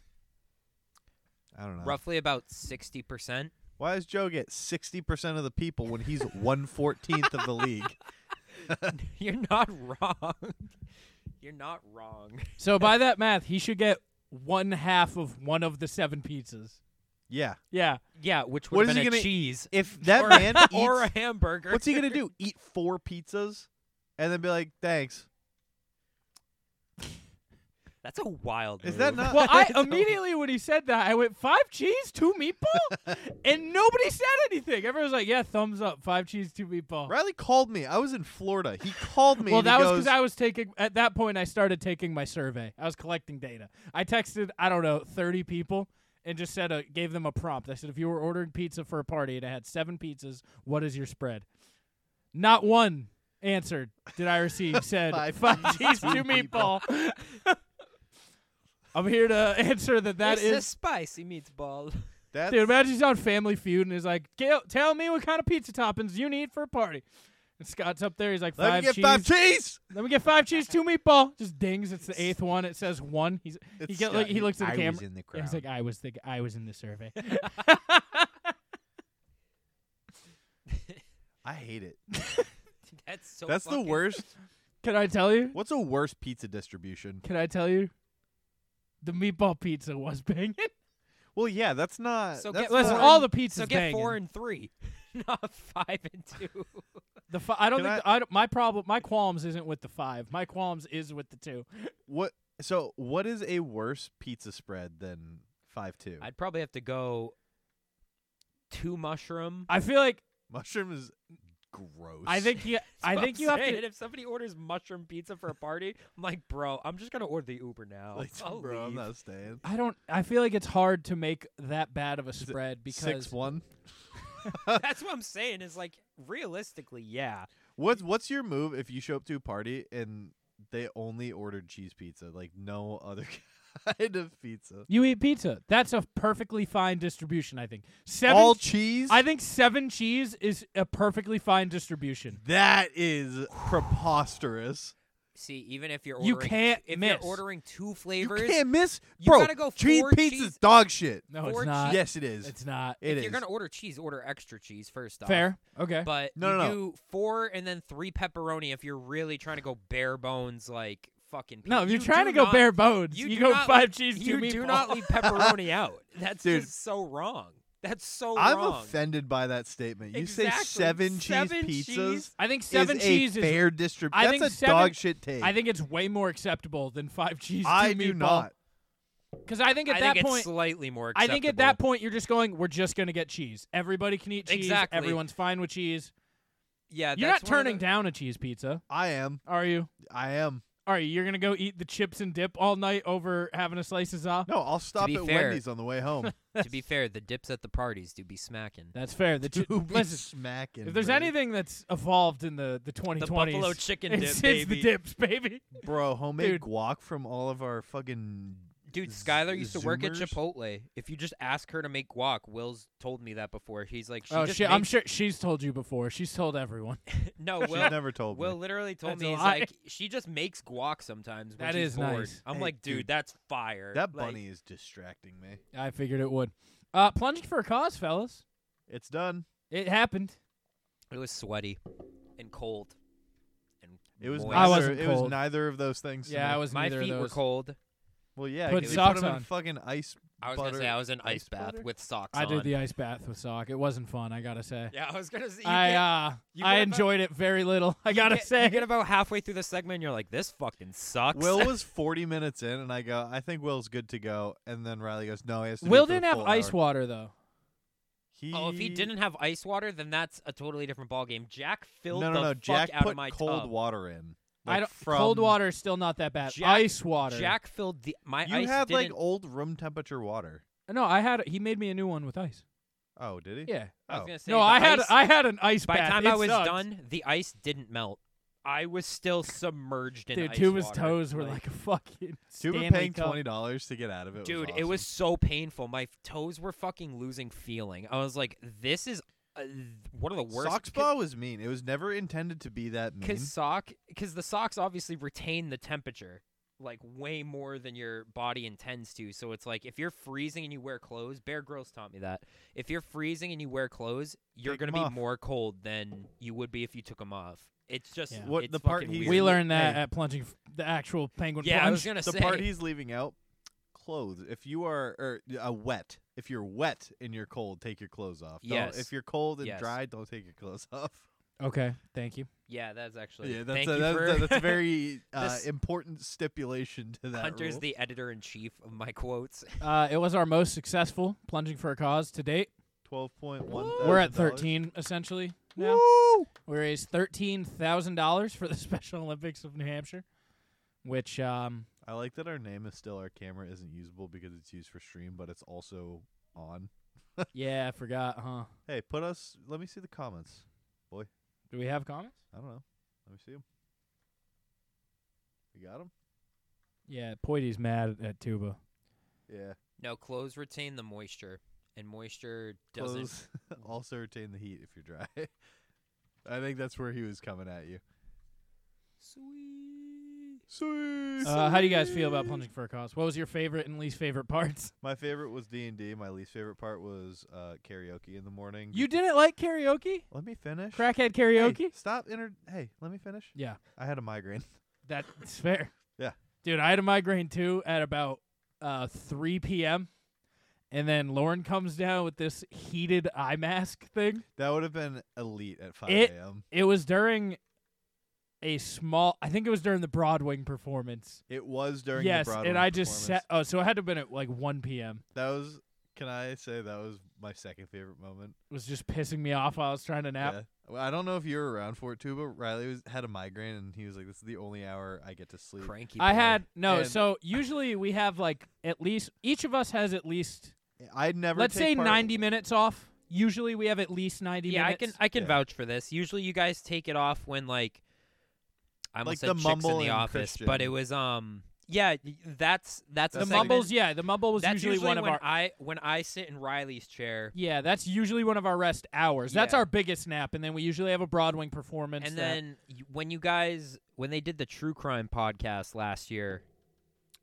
Speaker 1: I don't know. [laughs]
Speaker 2: Roughly about sixty percent. [laughs]
Speaker 1: Why does Joe get sixty percent of the people when he's one fourteenth of the
Speaker 2: [laughs]
Speaker 1: league?
Speaker 2: You're not wrong. You're not wrong.
Speaker 3: So by that math, he should get one half of one of the seven pizzas.
Speaker 1: Yeah. [laughs]
Speaker 3: Yeah.
Speaker 2: Yeah, which
Speaker 1: What
Speaker 2: would have
Speaker 1: is
Speaker 2: been
Speaker 1: he
Speaker 2: a
Speaker 1: gonna-
Speaker 2: cheese
Speaker 1: If that
Speaker 2: or, a-
Speaker 3: [laughs]
Speaker 1: man
Speaker 2: [laughs] or a
Speaker 1: eats,
Speaker 2: hamburger.
Speaker 1: what's he gonna do? Eat four pizzas, and then be like, "Thanks."
Speaker 2: [laughs] That's a wild.
Speaker 1: Is that
Speaker 2: move.
Speaker 1: not?
Speaker 2: [laughs]
Speaker 3: Well, I
Speaker 2: It's a-
Speaker 3: immediately when he said that, I went five cheese, two
Speaker 1: [laughs]
Speaker 3: meatball, and nobody said anything. Everyone was like, "Yeah, thumbs up, five cheese, two meatball."
Speaker 1: Riley called me. I was in Florida. He called me.
Speaker 3: Oh. Well,
Speaker 1: and
Speaker 3: that
Speaker 1: he
Speaker 3: was
Speaker 1: goes,
Speaker 3: because I was taking. At that point, I started taking my survey. I was collecting data. I texted, I don't know, thirty people, and just said, a, gave them a prompt. I said, if you were ordering pizza for a party and I had seven pizzas, what is your spread? Not one answered. Did
Speaker 1: [laughs]
Speaker 3: I receive? Said
Speaker 1: Five
Speaker 3: five
Speaker 1: cheese,
Speaker 3: cheese,
Speaker 1: two
Speaker 3: two meatball. [laughs] I'm here to [laughs] answer that. That
Speaker 2: it's a
Speaker 3: is,
Speaker 2: spicy meatball. [laughs]
Speaker 1: That's,
Speaker 3: dude. Imagine he's on Family Feud and he's like, "Gail, "Tell me what kind of pizza toppings you need for a party." And Scott's up there. He's like,
Speaker 1: Let me
Speaker 3: five
Speaker 1: get
Speaker 3: cheese,
Speaker 1: five cheese.
Speaker 3: then we get five cheese, two meatball. Just dings. It's the eighth one. It says one. He's he,
Speaker 1: It's
Speaker 3: get, like,
Speaker 1: Scott.
Speaker 3: he looks at the
Speaker 1: I
Speaker 3: camera.
Speaker 1: was in the
Speaker 3: and he's
Speaker 1: crowd.
Speaker 3: like, I was the g- I was in the survey. [laughs] "Ah,
Speaker 1: I hate it.
Speaker 2: That's so.
Speaker 1: That's the
Speaker 2: fucking-
Speaker 1: worst.
Speaker 3: [laughs] Can I tell you?
Speaker 1: What's a worse pizza distribution?
Speaker 3: Can I tell you? The meatball pizza was banging.
Speaker 1: Well, yeah, that's not.
Speaker 2: So
Speaker 1: that's
Speaker 2: get
Speaker 3: Listen,
Speaker 2: four
Speaker 1: not-
Speaker 3: all
Speaker 2: and-
Speaker 3: the pizzas
Speaker 2: So get
Speaker 3: banging.
Speaker 2: four and three, [laughs] not five and
Speaker 1: [laughs]
Speaker 2: two.
Speaker 3: The fi- I don't
Speaker 1: Can
Speaker 3: think I, don't- my problem my qualms isn't with the five. My qualms is with the two.
Speaker 1: what. So what is a worse pizza spread than five two?
Speaker 2: I'd probably have to go two mushroom.
Speaker 3: I feel like
Speaker 1: Mushroom is gross. [laughs]
Speaker 3: I think you I think you have to
Speaker 2: If somebody orders mushroom pizza for a party, I'm like, bro, I'm just gonna order the Uber now.
Speaker 1: Like,
Speaker 2: I'll
Speaker 1: bro, I'm
Speaker 2: leave."
Speaker 1: not staying.
Speaker 3: I don't I feel like it's hard to make that bad of a
Speaker 1: it
Speaker 3: spread because
Speaker 1: Six one.
Speaker 2: That's what I'm saying. Is like realistically, yeah.
Speaker 1: What's what's your move if you show up to a party and they only ordered cheese pizza, like no other [laughs] kind of pizza?
Speaker 3: you eat pizza. That's a perfectly fine distribution, I think. Seven
Speaker 1: all cheese.
Speaker 3: I think seven cheese is a perfectly fine distribution.
Speaker 1: that is preposterous.
Speaker 2: See, even if you're
Speaker 3: You
Speaker 2: ordering,
Speaker 3: can't
Speaker 2: if
Speaker 3: miss.
Speaker 2: you're ordering two
Speaker 1: You
Speaker 2: flavors,
Speaker 1: can't miss,
Speaker 2: you
Speaker 1: bro.
Speaker 2: gotta go
Speaker 1: cheese
Speaker 2: four
Speaker 1: pizza's
Speaker 2: cheese-
Speaker 1: dog shit.
Speaker 3: No,
Speaker 2: Four
Speaker 3: it's not.
Speaker 1: yes, it is.
Speaker 3: It's not.
Speaker 1: It
Speaker 2: if
Speaker 1: is.
Speaker 2: you're gonna order cheese, order extra cheese first off.
Speaker 3: Fair. Okay.
Speaker 2: But
Speaker 1: No,
Speaker 2: you
Speaker 1: no, no.
Speaker 2: do four and then three pepperoni if you're really trying to go bare bones, like fucking.
Speaker 3: no,
Speaker 2: pizza.
Speaker 3: if
Speaker 2: You
Speaker 3: you're trying
Speaker 2: do
Speaker 3: to go
Speaker 2: not-
Speaker 3: bare bones, you,
Speaker 2: do
Speaker 3: go
Speaker 2: not
Speaker 3: five
Speaker 2: leave-
Speaker 3: cheese, two
Speaker 2: You
Speaker 3: meatball.
Speaker 2: do not leave [laughs] pepperoni out. That's
Speaker 1: Dude.
Speaker 2: just so wrong. That's so
Speaker 1: I'm
Speaker 2: wrong.
Speaker 1: offended by that statement. You say
Speaker 2: Exactly.
Speaker 1: seven,
Speaker 2: Seven
Speaker 1: cheese pizzas
Speaker 2: cheese?
Speaker 3: I think seven
Speaker 1: is
Speaker 3: cheese
Speaker 1: a
Speaker 3: is.
Speaker 1: fair distribution.
Speaker 3: I
Speaker 1: That's
Speaker 3: think
Speaker 1: a
Speaker 3: seven-
Speaker 1: dog shit take.
Speaker 3: I think it's way more acceptable than five cheese.
Speaker 1: I
Speaker 3: two
Speaker 1: do
Speaker 3: meatball.
Speaker 1: not.
Speaker 3: Because I think at
Speaker 2: I
Speaker 3: that
Speaker 2: think
Speaker 3: point,
Speaker 2: it's slightly more.
Speaker 3: I
Speaker 2: Acceptable.
Speaker 3: think at that point you're just going. We're just gonna get cheese. Everybody can eat cheese.
Speaker 2: Exactly.
Speaker 3: Everyone's fine with cheese.
Speaker 2: yeah,
Speaker 3: you're not
Speaker 2: that's one of
Speaker 3: turning
Speaker 2: the-
Speaker 3: down a cheese pizza,
Speaker 1: I am.
Speaker 3: are you?
Speaker 1: I am.
Speaker 3: Are you? You're gonna go eat the chips and dip all night over having a slice of za?
Speaker 1: No, I'll stop
Speaker 2: be
Speaker 1: at
Speaker 2: fair-
Speaker 1: Wendy's on the way home.
Speaker 3: [laughs]
Speaker 2: to be fair, the dips at the parties do be smacking.
Speaker 3: That's fair. The chi-
Speaker 1: Dude, be
Speaker 3: listen,
Speaker 1: smacking.
Speaker 3: If there's
Speaker 1: bro.
Speaker 3: anything that's evolved in the the 2020s,
Speaker 2: buffalo chicken
Speaker 3: it's,
Speaker 2: dip,
Speaker 3: it's
Speaker 2: baby.
Speaker 3: the dips, baby.
Speaker 1: bro, homemade
Speaker 3: Dude.
Speaker 1: guac from all of our fucking
Speaker 2: Dude,
Speaker 1: Z-
Speaker 2: Skylar used to work at
Speaker 1: Zoomers?
Speaker 2: Chipotle. If you just ask her to make guac, Will's told me that before. He's like, she
Speaker 3: oh
Speaker 2: just
Speaker 3: shit! I'm
Speaker 2: makes-
Speaker 3: sure she's told you before. She's told everyone. [laughs]
Speaker 2: [laughs] No,
Speaker 1: She's
Speaker 2: Will,
Speaker 1: never told
Speaker 2: Will
Speaker 1: me.
Speaker 2: literally told
Speaker 3: That's
Speaker 2: me
Speaker 3: a
Speaker 2: he's
Speaker 3: lie.
Speaker 2: like, she just makes guac sometimes. When
Speaker 3: That
Speaker 2: she's
Speaker 3: is
Speaker 2: bored.
Speaker 3: nice.
Speaker 2: I'm
Speaker 1: Hey,
Speaker 2: like, dude,
Speaker 1: dude,
Speaker 2: that's fire.
Speaker 1: That
Speaker 2: Like,
Speaker 1: bunny is distracting me.
Speaker 3: I figured it would. Uh, plunging for a cause, fellas.
Speaker 1: It's done.
Speaker 3: It happened.
Speaker 2: It was sweaty and cold. And
Speaker 1: It was
Speaker 2: moist.
Speaker 1: neither.
Speaker 3: I wasn't
Speaker 1: it
Speaker 3: cold.
Speaker 1: was neither of those things. to
Speaker 3: yeah,
Speaker 1: me.
Speaker 3: I was
Speaker 2: My
Speaker 3: neither
Speaker 2: feet
Speaker 3: of
Speaker 2: were
Speaker 3: those.
Speaker 2: cold.
Speaker 1: Well, yeah.
Speaker 3: Put
Speaker 1: they
Speaker 3: socks
Speaker 1: them in
Speaker 3: on.
Speaker 1: fucking ice.
Speaker 2: I was
Speaker 1: butter-
Speaker 2: gonna say I was in ice,
Speaker 1: ice
Speaker 2: bath
Speaker 1: butter?
Speaker 2: with [laughs] socks
Speaker 3: I
Speaker 2: on.
Speaker 3: did the ice bath with sock. It wasn't fun. I gotta say.
Speaker 2: Yeah, I was gonna say. You
Speaker 3: I
Speaker 2: get,
Speaker 3: uh,
Speaker 2: you
Speaker 3: I
Speaker 2: get about-
Speaker 3: enjoyed it very little. [laughs] I
Speaker 2: you
Speaker 3: gotta
Speaker 2: get-
Speaker 3: say.
Speaker 2: you get about halfway through the segment, and you're like, this fucking sucks. [laughs]
Speaker 1: Will was 40 minutes in, and I go, I think Will's good to go. And then Riley goes, No, he has to. do
Speaker 3: Will
Speaker 1: it for
Speaker 3: didn't
Speaker 1: a
Speaker 3: have
Speaker 1: full
Speaker 3: ice
Speaker 1: hour."
Speaker 3: water though.
Speaker 1: He...
Speaker 2: Oh, if he didn't have ice water, then that's a totally different ballgame. Jack
Speaker 1: no,
Speaker 2: filled
Speaker 1: no,
Speaker 2: the
Speaker 1: no.
Speaker 2: fuck
Speaker 1: Jack
Speaker 2: out
Speaker 1: put
Speaker 2: of my
Speaker 1: cold
Speaker 2: tub.
Speaker 1: water in.
Speaker 3: I
Speaker 1: like,
Speaker 3: don't.
Speaker 1: From...
Speaker 3: Cold water is still not that bad.
Speaker 2: Jack-
Speaker 3: ice water.
Speaker 2: Jack filled the my
Speaker 1: You
Speaker 2: ice
Speaker 1: had like
Speaker 2: didn't-
Speaker 1: old room temperature water.
Speaker 3: No, I had. He made me a new one with ice.
Speaker 1: Oh, did he?
Speaker 3: Yeah.
Speaker 2: I was
Speaker 1: Oh.
Speaker 2: gonna say
Speaker 3: No,
Speaker 2: the
Speaker 3: I had
Speaker 2: ice-
Speaker 3: I had an ice
Speaker 2: by the
Speaker 3: bath.
Speaker 2: time
Speaker 3: It
Speaker 2: I was
Speaker 3: sucked.
Speaker 2: done, the ice didn't melt. I was still submerged in
Speaker 3: Dude,
Speaker 2: ice
Speaker 3: two of his
Speaker 2: water.
Speaker 3: toes were like a [laughs] fucking.
Speaker 1: Dude, we're
Speaker 3: Stanley
Speaker 1: paying
Speaker 3: Cup.
Speaker 1: twenty dollars to get out of it.
Speaker 2: Dude,
Speaker 1: was
Speaker 2: it was
Speaker 1: awesome.
Speaker 2: so painful. My f- toes were fucking losing feeling. I was like, this is uh, th- one of the worst.
Speaker 1: Socks
Speaker 2: c-
Speaker 1: ball was mean. It was never intended to be that mean.
Speaker 2: Cause sock, cause the socks obviously retain the temperature. like way more than your body intends to. So it's like if you're freezing and you wear clothes, Bear Grylls taught me that. If you're freezing and you wear clothes, you're
Speaker 1: Take
Speaker 2: gonna
Speaker 1: 'em
Speaker 2: be
Speaker 1: off.
Speaker 2: more cold than you would be if you took them off. It's just
Speaker 3: Yeah.
Speaker 1: What
Speaker 2: it's
Speaker 1: the part
Speaker 2: fucking
Speaker 1: he-
Speaker 2: weird.
Speaker 3: We
Speaker 1: Hey.
Speaker 3: learned that at plunging f- the actual penguin
Speaker 2: Yeah, I was
Speaker 3: plunge.
Speaker 2: gonna
Speaker 1: the
Speaker 2: say
Speaker 1: part he's leaving out clothes if you are or uh, wet if you're wet and you're cold take your clothes off Don't-
Speaker 2: Yes.
Speaker 1: if you're cold and
Speaker 2: Yes.
Speaker 1: dry don't take your clothes [laughs] off
Speaker 3: okay, thank you.
Speaker 2: Yeah, that's actually
Speaker 1: yeah that's
Speaker 2: thank
Speaker 1: a,
Speaker 2: you
Speaker 1: that's,
Speaker 2: for
Speaker 1: a,
Speaker 2: [laughs]
Speaker 1: that's a very uh,
Speaker 2: This-
Speaker 1: important stipulation to that
Speaker 2: Hunter's
Speaker 1: rule.
Speaker 2: the editor in chief of my quotes.
Speaker 3: Uh, it was our most successful plunging for a cause to date.
Speaker 1: 12.1
Speaker 3: We're at thirteen essentially now. We raised thirteen thousand dollars for the [laughs] Special Olympics of New Hampshire, which um,
Speaker 1: i like that our name is still our camera isn't usable because it's used for stream but it's also on
Speaker 3: yeah, I forgot, huh?
Speaker 1: hey put us let me see the comments
Speaker 3: Do we have comments?
Speaker 1: i don't know let me see them we got them
Speaker 3: Yeah, Poity's mad at Tuba.
Speaker 1: yeah [laughs]
Speaker 2: No, clothes retain the moisture, and moisture doesn't.
Speaker 1: clothes also retain the heat if you're dry. [laughs] I think that's where he was coming at you.
Speaker 2: Sweet.
Speaker 1: Sweet.
Speaker 3: Uh, how do you guys feel about plunging for a cause? What was your favorite and least favorite parts?
Speaker 1: My favorite was D and D. My least favorite part was uh, karaoke in the morning.
Speaker 3: You didn't like karaoke?
Speaker 1: let me finish.
Speaker 3: Crackhead
Speaker 1: Hey,
Speaker 3: karaoke?
Speaker 1: stop. Inter- hey, let me finish.
Speaker 3: Yeah,
Speaker 1: I had a migraine. [laughs]
Speaker 3: that's fair.
Speaker 1: Yeah.
Speaker 3: Dude, I had a migraine too at about uh, 3 p.m. And then Lauren comes down with this heated eye mask thing.
Speaker 1: That would have been elite at 5
Speaker 3: It-
Speaker 1: a.m.
Speaker 3: It was during a small, I think it was during the Broadwing performance.
Speaker 1: It was during
Speaker 3: yes,
Speaker 1: the Broadway
Speaker 3: and I just
Speaker 1: performance.
Speaker 3: sat. Oh, so it had to have been at like 1 p.m.
Speaker 1: That was. Can I say that was my second favorite moment?
Speaker 3: It was just pissing me off while I was trying to nap.
Speaker 1: Yeah. Well, I don't know if you were around for it too, but Riley was, had a migraine and he was like, "This is the only hour I get to sleep."
Speaker 2: Cranky.
Speaker 3: I
Speaker 2: boy.
Speaker 3: had no.
Speaker 1: And-
Speaker 3: so usually we have like at least each of us has at least
Speaker 1: I'd never.
Speaker 3: let's
Speaker 1: take
Speaker 3: say
Speaker 1: part-
Speaker 3: ninety minutes off. Usually we have at least ninety.
Speaker 2: Yeah, I
Speaker 3: minutes.
Speaker 2: can I can
Speaker 1: Yeah.
Speaker 2: vouch for this. Usually, you guys take it off when like I
Speaker 1: Like
Speaker 2: almost
Speaker 1: the
Speaker 2: said chicks in
Speaker 1: mumble
Speaker 2: the
Speaker 1: and
Speaker 2: office, but it
Speaker 1: Christian.
Speaker 2: was um yeah y- that's that's a
Speaker 3: The
Speaker 1: That's
Speaker 2: segment-
Speaker 3: mumbles, yeah, the mumble was
Speaker 2: That's
Speaker 3: usually, one of
Speaker 2: when
Speaker 3: our.
Speaker 2: I when I sit in Riley's chair
Speaker 3: yeah, that's usually one of our rest hours. That's
Speaker 2: Yeah.
Speaker 3: our biggest nap, and then we usually have a Broadwing performance.
Speaker 2: and
Speaker 3: that-
Speaker 2: then y- when you guys when they did the true crime podcast last year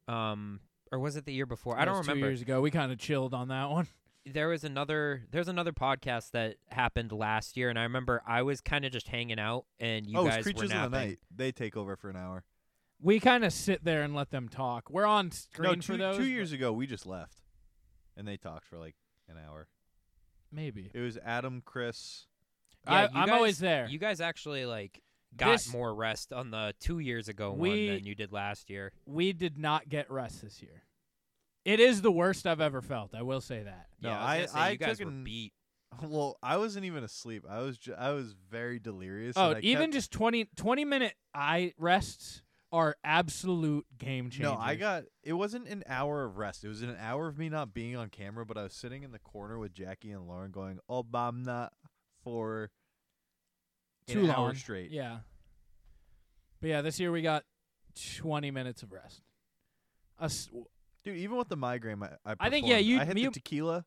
Speaker 2: um or was it the year before i
Speaker 3: that
Speaker 2: don't
Speaker 3: was
Speaker 2: remember
Speaker 3: Two years ago, we kind of chilled on that one.
Speaker 2: there was another there's another podcast that happened last year and i remember i was kind of just hanging out and you
Speaker 1: oh,
Speaker 2: guys
Speaker 1: it's
Speaker 2: were
Speaker 1: creatures
Speaker 2: napping.
Speaker 1: of the night. They take over for an hour.
Speaker 3: We kind of sit there and let them talk. We're on screen
Speaker 1: no,
Speaker 3: for
Speaker 1: two,
Speaker 3: those.
Speaker 1: two
Speaker 3: but-
Speaker 1: years ago we just left, and they talked for like an hour.
Speaker 3: maybe.
Speaker 1: It was Adam, Chris.
Speaker 2: Yeah,
Speaker 3: I,
Speaker 2: you
Speaker 3: I'm
Speaker 2: guys-
Speaker 3: always there.
Speaker 2: you guys actually like got
Speaker 3: This-
Speaker 2: more rest on the two years ago
Speaker 3: We-
Speaker 2: one than you did last year
Speaker 3: we did not get rest this year. It is the worst I've ever felt. I will say that.
Speaker 1: No,
Speaker 2: yeah, I, was
Speaker 1: I-
Speaker 2: gonna say,
Speaker 1: I
Speaker 2: you guys
Speaker 1: took
Speaker 2: were
Speaker 1: an-
Speaker 2: beat
Speaker 1: Well, I wasn't even asleep. I was ju- I was very delirious.
Speaker 3: oh,
Speaker 1: and I
Speaker 3: even
Speaker 1: kept-
Speaker 3: just 20, 20 minute eye rests are absolute game changers.
Speaker 1: no. I got it wasn't an hour of rest. It was an hour of me not being on camera, but I was sitting in the corner with Jackie and Lauren going "Oh, Obama for an
Speaker 3: too long
Speaker 1: hour straight.
Speaker 3: Yeah. But yeah, this year we got twenty minutes of rest. Us,
Speaker 1: dude. Even with the migraine, I I,
Speaker 3: I think, yeah,
Speaker 1: performed.
Speaker 3: you-
Speaker 1: I hit
Speaker 3: you-
Speaker 1: the tequila.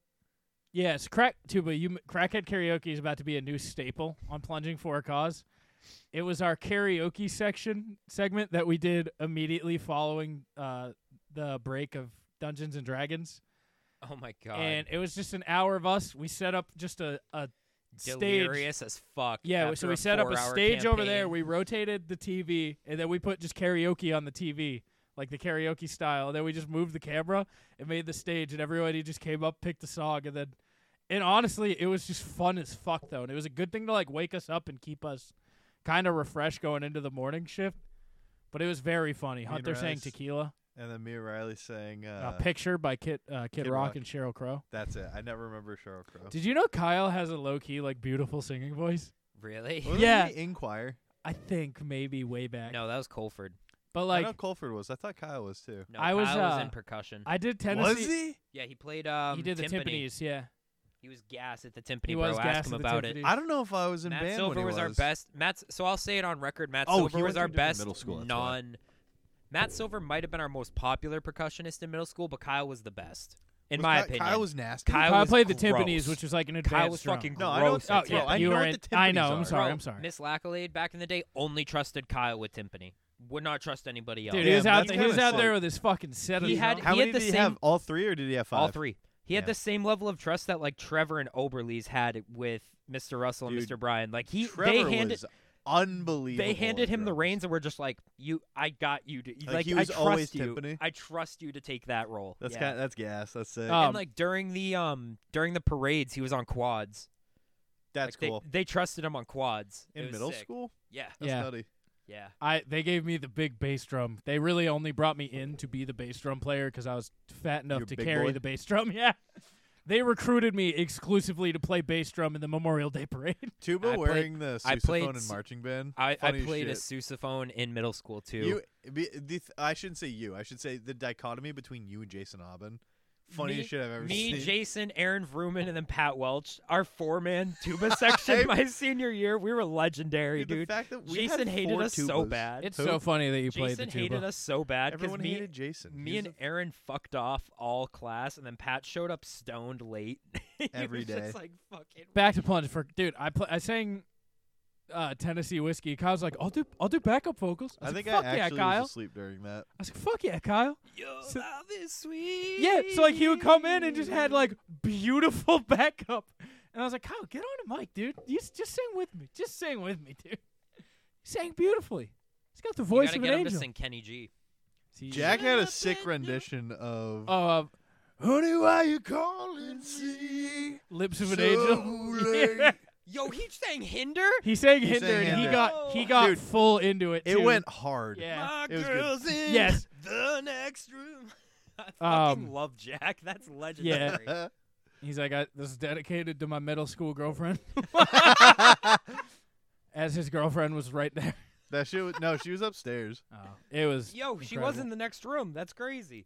Speaker 3: yes, crack tuba. You crackhead karaoke is about to be a new staple on plunging for a cause. It was our karaoke section segment that we did immediately following uh, the break of Dungeons and Dragons.
Speaker 2: oh my god
Speaker 3: and it was just an hour of us. We set up just a, a stage.
Speaker 2: delirious as fuck
Speaker 3: Yeah,
Speaker 2: after
Speaker 3: so we set up a
Speaker 2: four-hour
Speaker 3: stage over there.
Speaker 2: campaign.
Speaker 3: We rotated the TV, and then we put just karaoke on the TV, like the karaoke style. And then we just moved the camera and made the stage, and everybody just came up, picked a song, and then. And honestly, it was just fun as fuck though, and it was a good thing to like wake us up and keep us kind of refreshed going into the morning shift. But it was very funny.
Speaker 1: and
Speaker 3: Hunter sang
Speaker 1: Raz-
Speaker 3: tequila,
Speaker 1: And then me and Riley saying,
Speaker 3: a
Speaker 1: uh,
Speaker 3: picture by Kid uh, Kid,
Speaker 1: Kid
Speaker 3: Rock
Speaker 1: Rock.
Speaker 3: and Cheryl Crow.
Speaker 1: "That's it." I never remember Sheryl Crow.
Speaker 3: Did you know Kyle has a low key, like beautiful singing voice?
Speaker 2: really
Speaker 1: Wasn't
Speaker 3: Yeah.
Speaker 1: he in choir?
Speaker 3: I think maybe way back.
Speaker 2: no that was colford
Speaker 3: But
Speaker 1: I know
Speaker 3: like
Speaker 1: Colford was. I thought Kyle was too.
Speaker 2: no
Speaker 3: I was,
Speaker 2: Kyle was
Speaker 3: uh,
Speaker 2: in percussion
Speaker 3: I did Tennessee.
Speaker 1: he?
Speaker 2: yeah he played Mm-hmm. um
Speaker 3: he did the
Speaker 2: timpani.
Speaker 3: timpanis, yeah.
Speaker 2: He was gas at the timpani.
Speaker 3: He was
Speaker 2: bro.
Speaker 3: gas
Speaker 2: Ask him
Speaker 3: at the
Speaker 2: about
Speaker 3: timpani.
Speaker 2: it.
Speaker 1: I don't know if I was in
Speaker 2: Matt
Speaker 1: band
Speaker 2: Silver
Speaker 1: when he
Speaker 2: was,
Speaker 1: was
Speaker 2: our best. Matt. So I'll say it on record. Matt
Speaker 1: Oh, he
Speaker 2: Silver was
Speaker 1: went
Speaker 2: our
Speaker 1: to different
Speaker 2: best
Speaker 1: middle school, that's why.
Speaker 2: non. Matt Silver might have been our most popular percussionist in middle school, but Kyle was the best, in
Speaker 1: Was
Speaker 2: my
Speaker 1: Ky-
Speaker 2: opinion.
Speaker 1: Kyle was nasty.
Speaker 2: Kyle
Speaker 3: Kyle
Speaker 2: was
Speaker 3: played the
Speaker 2: gross.
Speaker 3: timpanis, which was like an advanced
Speaker 2: Kyle was
Speaker 3: drum.
Speaker 2: fucking
Speaker 1: No, I know
Speaker 2: gross.
Speaker 1: what-
Speaker 2: at
Speaker 1: oh, yeah,
Speaker 2: timpani.
Speaker 1: I
Speaker 3: you
Speaker 1: know
Speaker 3: were
Speaker 1: what
Speaker 3: in,
Speaker 1: the
Speaker 3: I
Speaker 1: timpanis
Speaker 3: know. I'm
Speaker 1: are.
Speaker 3: sorry.
Speaker 2: Bro,
Speaker 3: I'm sorry.
Speaker 2: Miss Lackalade back in the day only trusted Kyle with timpani. would not trust anybody else.
Speaker 3: Dude,
Speaker 1: Yeah,
Speaker 3: he was
Speaker 1: that's
Speaker 3: out there. He was
Speaker 1: kinda
Speaker 3: out there
Speaker 1: sick.
Speaker 3: with his fucking set.
Speaker 2: He had-
Speaker 1: How many
Speaker 2: the
Speaker 1: did he have?
Speaker 2: same-
Speaker 1: All three, or did he have five?
Speaker 2: All three. He had
Speaker 1: Yeah.
Speaker 2: the same level of trust that like Trevor and Oberles had with Mr. Russell and
Speaker 1: Dude,
Speaker 2: Mr. Bryan. Like he,
Speaker 1: Trevor
Speaker 2: they handed,
Speaker 1: was unbelievable.
Speaker 2: they handed
Speaker 1: at
Speaker 2: him the
Speaker 1: drums.
Speaker 2: reins and were just like, "You, I got you. To,
Speaker 1: Like, he was
Speaker 2: I trust
Speaker 1: always
Speaker 2: you.
Speaker 1: Timpani.
Speaker 2: I trust you to take that role."
Speaker 1: That's
Speaker 2: yeah. Uh,
Speaker 1: kind. That's gas. That's sick.
Speaker 3: Oh, Um,
Speaker 2: and like during the um during the parades, he was on quads.
Speaker 1: that's
Speaker 2: Like, they-
Speaker 1: cool.
Speaker 2: They, trusted him on quads It
Speaker 1: In
Speaker 2: was
Speaker 1: middle
Speaker 2: sick.
Speaker 1: school,
Speaker 2: Yeah,
Speaker 1: that's
Speaker 3: Yeah.
Speaker 1: nutty.
Speaker 2: yeah.
Speaker 3: I they gave me the big bass drum. They really only brought me in to be the bass drum player because I was fat enough
Speaker 1: You're a
Speaker 3: to
Speaker 1: big
Speaker 3: carry
Speaker 1: boy?
Speaker 3: the bass drum. [laughs] Yeah, they recruited me exclusively to play bass drum in the Memorial
Speaker 2: [laughs]
Speaker 3: Day parade.
Speaker 1: Tuba
Speaker 2: I played-
Speaker 1: wearing the
Speaker 2: I played
Speaker 1: sousaphone and
Speaker 2: s-
Speaker 1: marching band.
Speaker 2: I, I
Speaker 1: Funny
Speaker 2: played a
Speaker 1: shit.
Speaker 2: sousaphone in middle school too.
Speaker 1: You, be, the, th- I shouldn't say you. I should say the dichotomy between you and Jason Aubin. Funniest
Speaker 2: Me-
Speaker 1: shit I've ever
Speaker 2: me,
Speaker 1: seen.
Speaker 2: Jason, Aaron Vrooman, and then Pat Welch, our four
Speaker 1: [laughs]
Speaker 2: man tuba section my senior year. We were legendary,
Speaker 1: Dude, the
Speaker 2: dude.
Speaker 1: fact that we had
Speaker 2: Jason hated
Speaker 1: four
Speaker 2: us so
Speaker 1: tubas.
Speaker 2: bad.
Speaker 3: It's
Speaker 1: Who?
Speaker 3: so funny that you played the
Speaker 2: Jason
Speaker 3: tuba.
Speaker 2: hated us so bad because
Speaker 1: Everyone
Speaker 2: me,
Speaker 1: hated Jason.
Speaker 2: me
Speaker 1: He was
Speaker 2: and Aaron fucked off all class, and then Pat showed up stoned late [laughs] He
Speaker 1: Every
Speaker 2: was
Speaker 1: day.
Speaker 2: Just like [laughs] fucking.
Speaker 3: Back to plunge for dude. I pl- I sang uh, Tennessee whiskey. Kyle's like, I'll do I'll do backup vocals.
Speaker 1: a, I
Speaker 3: I was
Speaker 1: think
Speaker 3: like, fuck
Speaker 1: I
Speaker 3: yeah,
Speaker 1: actually
Speaker 3: Kyle.
Speaker 1: was asleep during that.
Speaker 3: I was like, fuck yeah, Kyle.
Speaker 2: Your
Speaker 3: So-
Speaker 2: love is sweet.
Speaker 3: Yeah, so like he would come in and just had like beautiful [laughs] backup, and I was like, Kyle, get on the mic, dude. You s- just sing with me. Just sing with me, dude. He sang beautifully. He's got the
Speaker 2: You
Speaker 3: voice
Speaker 2: gotta
Speaker 3: of
Speaker 2: get
Speaker 3: an
Speaker 2: him to
Speaker 3: angel.
Speaker 2: sing Kenny G.
Speaker 3: See,
Speaker 1: Jack had
Speaker 2: [laughs]
Speaker 1: a sick rendition of
Speaker 3: Uh,
Speaker 1: "Honey, why you calling me?"
Speaker 3: lips of an
Speaker 1: So
Speaker 3: angel.
Speaker 1: late.
Speaker 3: [laughs] Yeah.
Speaker 2: Yo, he sang Hinder.
Speaker 3: He sang
Speaker 1: He
Speaker 3: Hinder,
Speaker 1: sang
Speaker 3: and he
Speaker 1: Hinder.
Speaker 3: got he got
Speaker 1: Dude,
Speaker 3: full into it.
Speaker 1: It
Speaker 3: too.
Speaker 1: went hard.
Speaker 3: Yeah.
Speaker 2: My
Speaker 1: It was good.
Speaker 2: girl's in
Speaker 3: Yes.
Speaker 2: the next room. [laughs] I fucking
Speaker 3: Um,
Speaker 2: love Jack. [laughs] That's legendary.
Speaker 1: Uh,
Speaker 3: He's like, I, this is dedicated to my middle school girlfriend. [laughs] As his girlfriend was right there. [laughs]
Speaker 1: [laughs] that shit. Was, no, she was upstairs.
Speaker 3: Oh, it was.
Speaker 2: Yo, she was in the next room. That's crazy.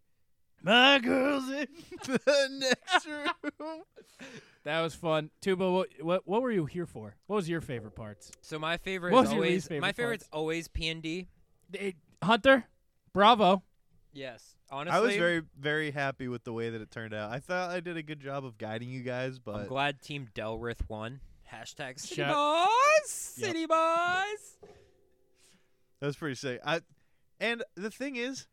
Speaker 1: My girl's in [laughs] the next room.
Speaker 3: That was fun. Tuba, what, what what were you here for? What was your favorite parts?
Speaker 2: So my favorite
Speaker 3: What
Speaker 2: is
Speaker 3: was your
Speaker 2: always
Speaker 3: least favorite
Speaker 2: my favorite's
Speaker 3: parts?
Speaker 2: always P and D.
Speaker 3: They- Hunter, bravo.
Speaker 2: Yes, honestly,
Speaker 1: I was very, very happy with the way that it turned out. I thought I did a good job of guiding you guys, but
Speaker 2: I'm glad Team Delrith won. Hashtag City
Speaker 3: Shout-
Speaker 2: Boys, City Boys.
Speaker 1: that was pretty sick. I, and the thing is,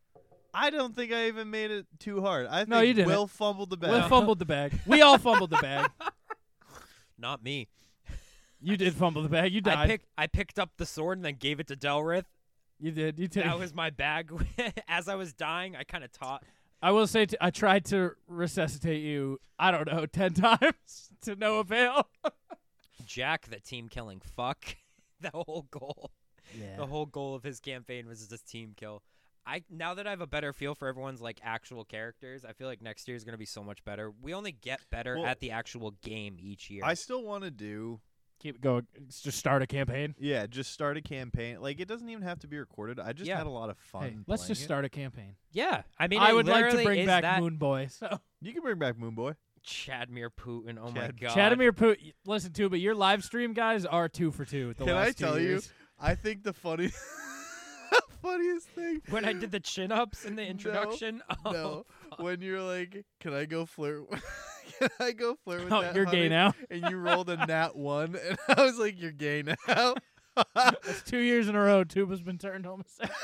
Speaker 1: I don't think I even made it too hard. I think
Speaker 3: No, you didn't.
Speaker 1: Will fumbled the bag.
Speaker 3: Will fumbled the bag. We all fumbled the
Speaker 2: [laughs]
Speaker 3: bag.
Speaker 2: Not me.
Speaker 3: You did fumble the bag. You died.
Speaker 2: I picked I picked up the sword and then gave it to Delrith.
Speaker 3: you did. You did.
Speaker 2: That was my bag. [laughs] As I was dying, I kind of taught.
Speaker 3: I will say, t- I tried to resuscitate you. I don't know, [laughs] ten times to no avail.
Speaker 2: Jack the team killing fuck. [laughs] the whole goal. The whole goal of his campaign was just team kill. I now that I have a better feel for everyone's like actual characters, I feel like next year is going to be so much better. We only get better
Speaker 1: Well,
Speaker 2: at the actual game each year.
Speaker 1: I still want to do
Speaker 3: Keep going. Let's Just start a campaign.
Speaker 1: Yeah, just start a campaign. Like it doesn't even have to be recorded. I just
Speaker 2: Yeah.
Speaker 1: had a lot of fun.
Speaker 3: Hey, let's
Speaker 1: playing
Speaker 3: just
Speaker 1: it.
Speaker 3: start a campaign.
Speaker 2: yeah, I mean,
Speaker 3: I
Speaker 2: it
Speaker 3: would like to
Speaker 2: literally
Speaker 3: bring
Speaker 2: is
Speaker 3: back
Speaker 2: that
Speaker 3: Moon
Speaker 2: [laughs]
Speaker 3: Boy. So.
Speaker 1: You can bring back Moonboy.
Speaker 2: Chadmir Putin. Oh
Speaker 1: Chad-
Speaker 2: my god,
Speaker 3: Chadimir Poo, listen to, but your live stream guys are two for two. The
Speaker 1: Can
Speaker 3: last
Speaker 1: I
Speaker 3: two
Speaker 1: tell you?
Speaker 3: years.
Speaker 1: I think the funny, [laughs] funniest thing
Speaker 2: [laughs] When I did the chin ups in
Speaker 1: [laughs]
Speaker 2: the
Speaker 1: No,
Speaker 2: introduction, [laughs] oh,
Speaker 1: no, [laughs] when you're like, "Can I go flirt? [laughs] Can I go flirt with
Speaker 3: Oh,
Speaker 1: that?"
Speaker 3: you're
Speaker 1: honey?"
Speaker 3: gay now.
Speaker 1: And you rolled a nat one, and [laughs] I was like, "You're gay now." [laughs]
Speaker 3: It's two years in a row. Tuba's been
Speaker 2: [laughs]
Speaker 3: turned homosexual.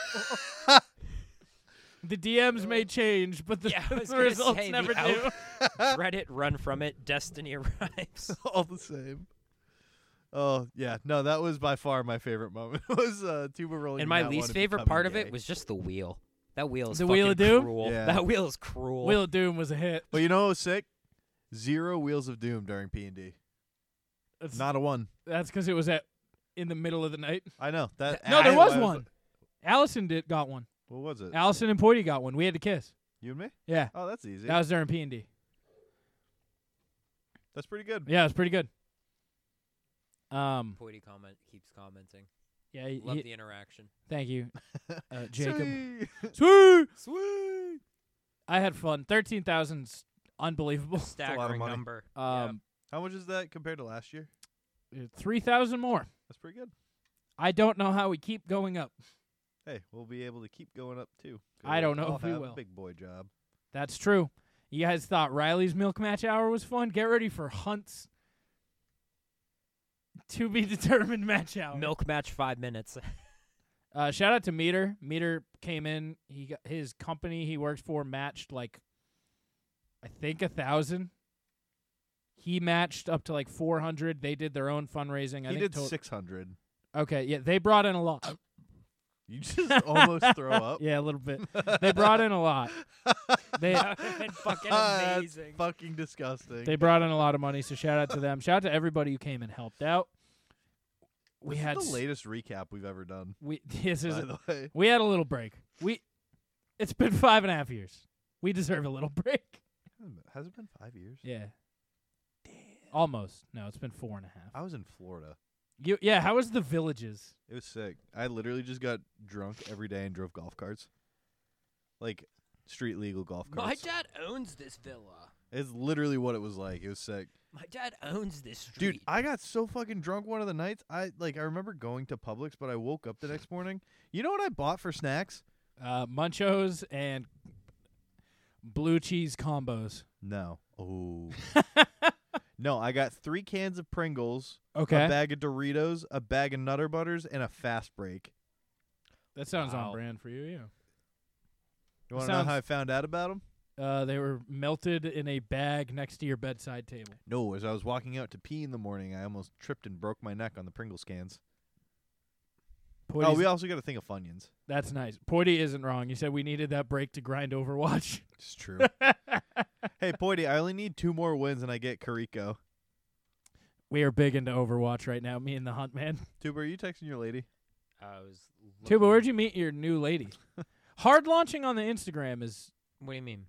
Speaker 3: the DMs may change, but the,
Speaker 2: Yeah, I was
Speaker 3: [laughs] the
Speaker 2: gonna
Speaker 3: results
Speaker 2: say, the
Speaker 3: never do.
Speaker 2: out- dread it, run from it. Destiny [laughs] arrives.
Speaker 1: All the same. Oh yeah, no, that was by far my favorite moment. [laughs] was uh, tuba rolling.
Speaker 2: and my
Speaker 1: nat one
Speaker 2: least favorite
Speaker 1: becoming
Speaker 2: part of
Speaker 1: gay.
Speaker 2: it was just the wheel. That wheel is
Speaker 3: The Wheel
Speaker 2: fucking
Speaker 3: of Doom?
Speaker 2: cruel.
Speaker 1: Yeah.
Speaker 2: That wheel is cruel. [laughs]
Speaker 3: Wheel of Doom was a hit.
Speaker 1: But you know what was sick? Zero Wheels of Doom during P and D.
Speaker 3: That's-
Speaker 1: Not a one.
Speaker 3: That's because it was at in the middle of the night.
Speaker 1: I know that.
Speaker 3: No, there
Speaker 1: I-
Speaker 3: was
Speaker 1: I
Speaker 3: one. Allison did got one.
Speaker 1: What was it?
Speaker 3: Allison and Poity got one. We had to kiss.
Speaker 1: You and me?
Speaker 3: Yeah,
Speaker 1: Oh, that's easy.
Speaker 3: that was during P and D.
Speaker 1: that's pretty good.
Speaker 3: Yeah, it was pretty good. Um,
Speaker 2: Poity comment keeps commenting.
Speaker 3: yeah, he-
Speaker 2: Love
Speaker 3: he-
Speaker 2: the interaction.
Speaker 3: thank you,
Speaker 2: [laughs]
Speaker 3: uh, Jacob.
Speaker 1: [laughs] Sweet.
Speaker 3: Sweet.
Speaker 1: Sweet.
Speaker 3: I had fun. Thirteen thousand's
Speaker 2: [laughs]
Speaker 3: unbelievable.
Speaker 1: lot of
Speaker 2: Staggering
Speaker 1: money.
Speaker 2: number.
Speaker 3: Um,
Speaker 1: How much is that compared to last year?
Speaker 3: three thousand more.
Speaker 1: That's pretty good.
Speaker 3: I don't know how we keep going up.
Speaker 1: Hey, we'll be able to keep going up too. 'cause
Speaker 3: I don't know
Speaker 1: I'll
Speaker 3: if we
Speaker 1: have a
Speaker 3: will.
Speaker 1: Big boy job.
Speaker 3: That's true. You guys thought Riley's milk match hour was fun. Get ready for Hunt's to be [laughs] determined match hour.
Speaker 1: um, [laughs]
Speaker 2: Milk match five minutes. [laughs]
Speaker 3: Uh, shout out to Meter. Meter came in. He got his company he works for matched like, I think a thousand. He matched up to like four hundred. They did their own fundraising.
Speaker 1: he
Speaker 3: I think
Speaker 1: did
Speaker 3: tot-
Speaker 1: six Oh, hundred.
Speaker 3: Okay, yeah, they brought in a lot.
Speaker 1: You
Speaker 3: [laughs]
Speaker 1: just almost throw up.
Speaker 3: yeah, a little
Speaker 1: [laughs]
Speaker 3: bit. They brought in a lot. They
Speaker 2: fucking
Speaker 1: That's
Speaker 2: amazing.
Speaker 1: fucking disgusting.
Speaker 3: they brought in a lot of money. So shout out to them. Shout out to everybody who came and helped out. We
Speaker 1: This is
Speaker 3: had
Speaker 1: the
Speaker 3: s-
Speaker 1: latest recap we've ever done.
Speaker 3: we [laughs] this
Speaker 1: By
Speaker 3: is
Speaker 1: the way,
Speaker 3: We had a little break. We it's been five and a half years. We deserve a little [laughs] break.
Speaker 1: has it been five years?
Speaker 3: Yeah. Almost. No, it's been four and a half.
Speaker 1: I was in Florida.
Speaker 3: You yeah, how was the villages?
Speaker 1: It was sick. I literally just got drunk every day and drove golf carts, like street legal golf
Speaker 2: My
Speaker 1: carts.
Speaker 2: dad owns this villa.
Speaker 1: It's literally what it was like. It was sick.
Speaker 2: My dad owns this street.
Speaker 1: Dude, I got so fucking drunk one of the nights. I like I remember going to Publix, but I woke up the next morning. You know what I bought for snacks?
Speaker 3: Uh munchos and blue cheese combos.
Speaker 1: No.
Speaker 3: [laughs]
Speaker 1: Oh. no, I got three cans of Pringles,
Speaker 3: Okay.
Speaker 1: a bag of Doritos, a bag of Nutter Butters, and a fast break.
Speaker 3: that sounds
Speaker 2: Wow.
Speaker 3: on brand for you,
Speaker 1: You want to
Speaker 3: Sounds-
Speaker 1: know how I found out about them?
Speaker 3: yeah. Uh they were melted in a bag next to your bedside table.
Speaker 1: No, as I was walking out to pee in the morning, I almost tripped and broke my neck on the Pringles cans. oh,
Speaker 3: Poity's-
Speaker 1: we also got a thing of Funyuns.
Speaker 3: that's nice. Poity isn't wrong. He said we needed that break to grind Overwatch. [laughs]
Speaker 1: It's true. [laughs] hey, Poity, I only need two more wins and I get Kariko.
Speaker 3: we are big into Overwatch right now, me and the hunt man.
Speaker 1: Tuber, are you texting your lady?
Speaker 2: I was.
Speaker 3: Too, but
Speaker 2: looking-
Speaker 3: where'd you meet your
Speaker 2: [laughs]
Speaker 3: new lady? hard launching on the Instagram is
Speaker 2: What do you mean?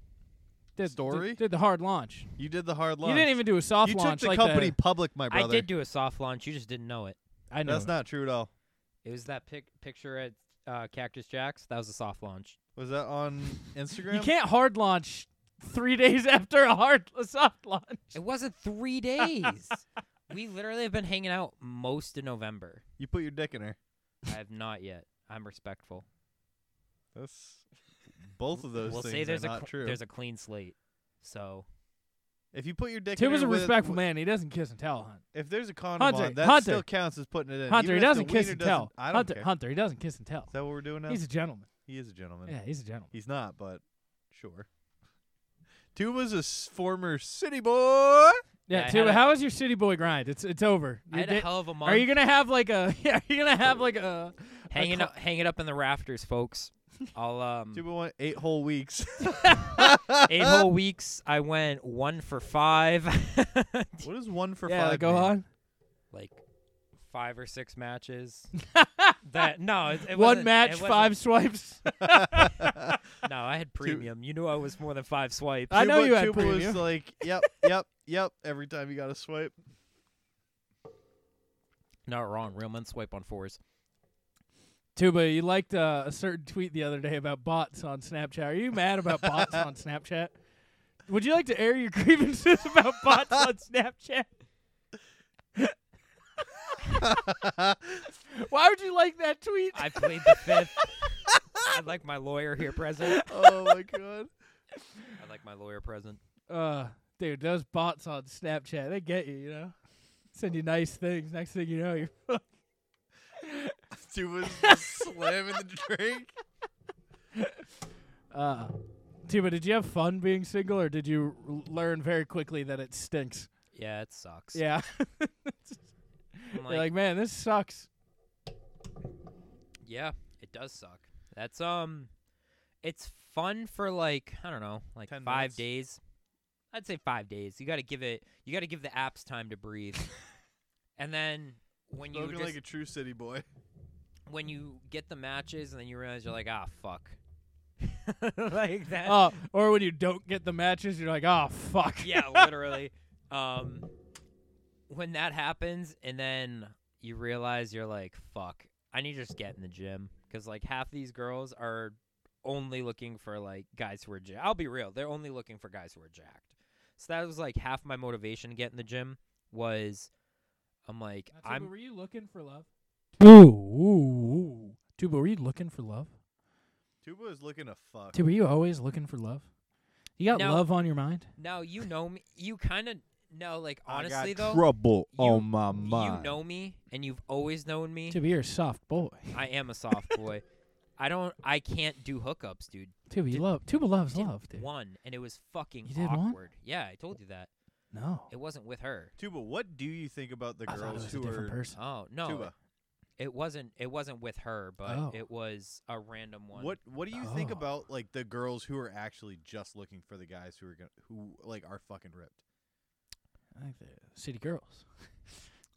Speaker 3: did,
Speaker 1: Story?
Speaker 3: Did, did the hard launch.
Speaker 1: You did the hard launch.
Speaker 3: You didn't even do a soft
Speaker 1: You took
Speaker 3: launch
Speaker 1: the
Speaker 3: like
Speaker 1: company
Speaker 3: the-
Speaker 1: public, my brother.
Speaker 2: I did do a soft launch. You just didn't know it.
Speaker 3: I know.
Speaker 1: That's not true at all.
Speaker 2: It was that pic- picture at uh, Cactus Jack's. That was a soft launch.
Speaker 1: Was that on
Speaker 3: [laughs] you
Speaker 1: Instagram?
Speaker 3: can't hard launch three days [laughs] after a hard a soft launch.
Speaker 2: It wasn't three [laughs] days. we literally have been hanging out most of November.
Speaker 1: You put your dick in her.
Speaker 2: I have not yet. I'm respectful.
Speaker 3: [laughs]
Speaker 1: That's both of those
Speaker 2: we'll
Speaker 1: things
Speaker 2: say there's
Speaker 1: are
Speaker 2: a
Speaker 1: not
Speaker 2: cl-
Speaker 1: true.
Speaker 2: there's a clean slate. So
Speaker 1: if you put your dick in
Speaker 3: Tim is
Speaker 1: her
Speaker 3: a
Speaker 1: with-
Speaker 3: respectful
Speaker 1: w-
Speaker 3: man. He doesn't kiss and tell, Hunt.
Speaker 1: If there's a condom
Speaker 3: Hunter,
Speaker 1: on, that
Speaker 3: Hunter.
Speaker 1: still counts as putting it in.
Speaker 3: Hunter,
Speaker 1: even
Speaker 3: he
Speaker 1: if the
Speaker 3: doesn't kiss
Speaker 1: wiener
Speaker 3: and tell.
Speaker 1: doesn't- I don't
Speaker 3: Hunter,
Speaker 1: care.
Speaker 3: Hunter, he doesn't kiss and tell.
Speaker 1: Is that what we're doing now?
Speaker 3: He's a gentleman.
Speaker 1: he is a gentleman.
Speaker 3: Yeah, he's a gentleman.
Speaker 1: He's not, but sure. [laughs] Tuba's a s- former city boy.
Speaker 3: Yeah,
Speaker 2: Yeah, I
Speaker 3: too.
Speaker 2: had a-
Speaker 3: how was your city boy grind? It's it's over.
Speaker 2: I
Speaker 3: You
Speaker 2: had a
Speaker 3: did-
Speaker 2: hell of a month.
Speaker 3: are you gonna have like a? [laughs] Yeah, are you gonna have like a? a
Speaker 2: hang it
Speaker 3: cl-
Speaker 2: up? Hang it up in the rafters, folks.
Speaker 1: [laughs]
Speaker 2: I'll um.
Speaker 1: Tuba went eight whole
Speaker 3: [laughs]
Speaker 1: weeks. [laughs]
Speaker 2: eight whole weeks. I went one for five, [laughs]
Speaker 1: what is one for
Speaker 3: Yeah,
Speaker 1: five?
Speaker 3: go
Speaker 1: mean?
Speaker 3: on.
Speaker 2: like five or six [laughs] matches. that no, it, it
Speaker 3: One
Speaker 2: wasn't-
Speaker 3: match,
Speaker 2: it wasn't-
Speaker 3: five swipes.
Speaker 2: [laughs] No, I had premium. You knew I was more than five swipes.
Speaker 3: I know
Speaker 1: Tuba-
Speaker 3: you had
Speaker 1: Tuba was
Speaker 3: premium.
Speaker 1: like, yep, yep, yep. Every time you got a swipe.
Speaker 2: [laughs] Not wrong. Real men swipe on fours.
Speaker 3: Tuba, you liked uh, a certain tweet the other day about bots on Snapchat. Are you mad about bots on Snapchat? Would you like to air your [laughs] grievances about bots
Speaker 2: [laughs]
Speaker 3: on Snapchat? Why would you like that tweet?
Speaker 2: I played the
Speaker 1: [laughs]
Speaker 2: fifth. I'd like my lawyer here present.
Speaker 1: Oh my [laughs] god.
Speaker 2: I'd like my
Speaker 1: [laughs]
Speaker 2: lawyer present.
Speaker 3: Uh, dude, those bots on Snapchat, they get you, you know? Send you nice things. Next thing you know, you're.
Speaker 1: Tuba's just slamming the drink.
Speaker 3: uh, Tuba, did you have fun being single or did you l- learn very quickly that it stinks?
Speaker 2: Yeah, it sucks.
Speaker 3: Yeah. [laughs]
Speaker 2: I'm
Speaker 3: You're
Speaker 2: like,
Speaker 3: like, man, this sucks.
Speaker 2: yeah, it does suck. That's um, it's fun for like I don't know, like
Speaker 1: Ten
Speaker 2: five
Speaker 1: minutes.
Speaker 2: days. I'd say five days. You got to give it. You got to give the apps time
Speaker 1: [laughs]
Speaker 2: to breathe. and then when you
Speaker 1: Spoken
Speaker 2: just,
Speaker 1: like a true city boy.
Speaker 2: when you get the matches and then you realize you're like ah fuck, [laughs] like that.
Speaker 3: Oh, or when you don't get the matches, you're like, oh fuck. [laughs]
Speaker 2: yeah, literally. Um, when that happens, and then you realize you're like, "Fuck, I need to just get in the gym," because like half these girls are only looking for like guys who are jacked. I'll be real; they're only looking for guys who are jacked. So that was like half my motivation to get in the gym was, I'm like, I'm
Speaker 3: were you looking for love? Ooh, ooh, ooh. Tuba, were you looking for love?
Speaker 1: Tuba is looking a fuck.
Speaker 3: Tuba, were you always looking for love? You got
Speaker 2: No.
Speaker 3: love on your mind?
Speaker 2: now you know me. You kind of No, like honestly though,
Speaker 1: Trouble
Speaker 2: you-
Speaker 1: on my
Speaker 2: you
Speaker 1: mind.
Speaker 2: know me, and you've always known me.
Speaker 3: Tibby, you're a soft boy.
Speaker 2: I am a soft
Speaker 3: [laughs]
Speaker 2: boy. I don't. I can't do hookups, dude.
Speaker 3: Tibby, you
Speaker 2: Did-
Speaker 3: love. Tuba loves
Speaker 2: Did
Speaker 3: love, dude.
Speaker 2: One, and it was fucking
Speaker 3: You did one?
Speaker 2: awkward. Yeah, I told you that.
Speaker 3: No.
Speaker 2: It wasn't with her.
Speaker 1: Tuba, what do you think about the
Speaker 3: I thought it
Speaker 1: girls
Speaker 3: was a
Speaker 1: who
Speaker 3: different
Speaker 1: are
Speaker 3: person.
Speaker 2: Oh no,
Speaker 1: Tuba?
Speaker 2: it wasn't. It wasn't with her, but
Speaker 3: Oh.
Speaker 2: it was a random one.
Speaker 1: What What do you think
Speaker 3: Oh.
Speaker 1: about like the girls who are actually just looking for the guys who are gonna who like are fucking ripped?
Speaker 3: I think they're city girls.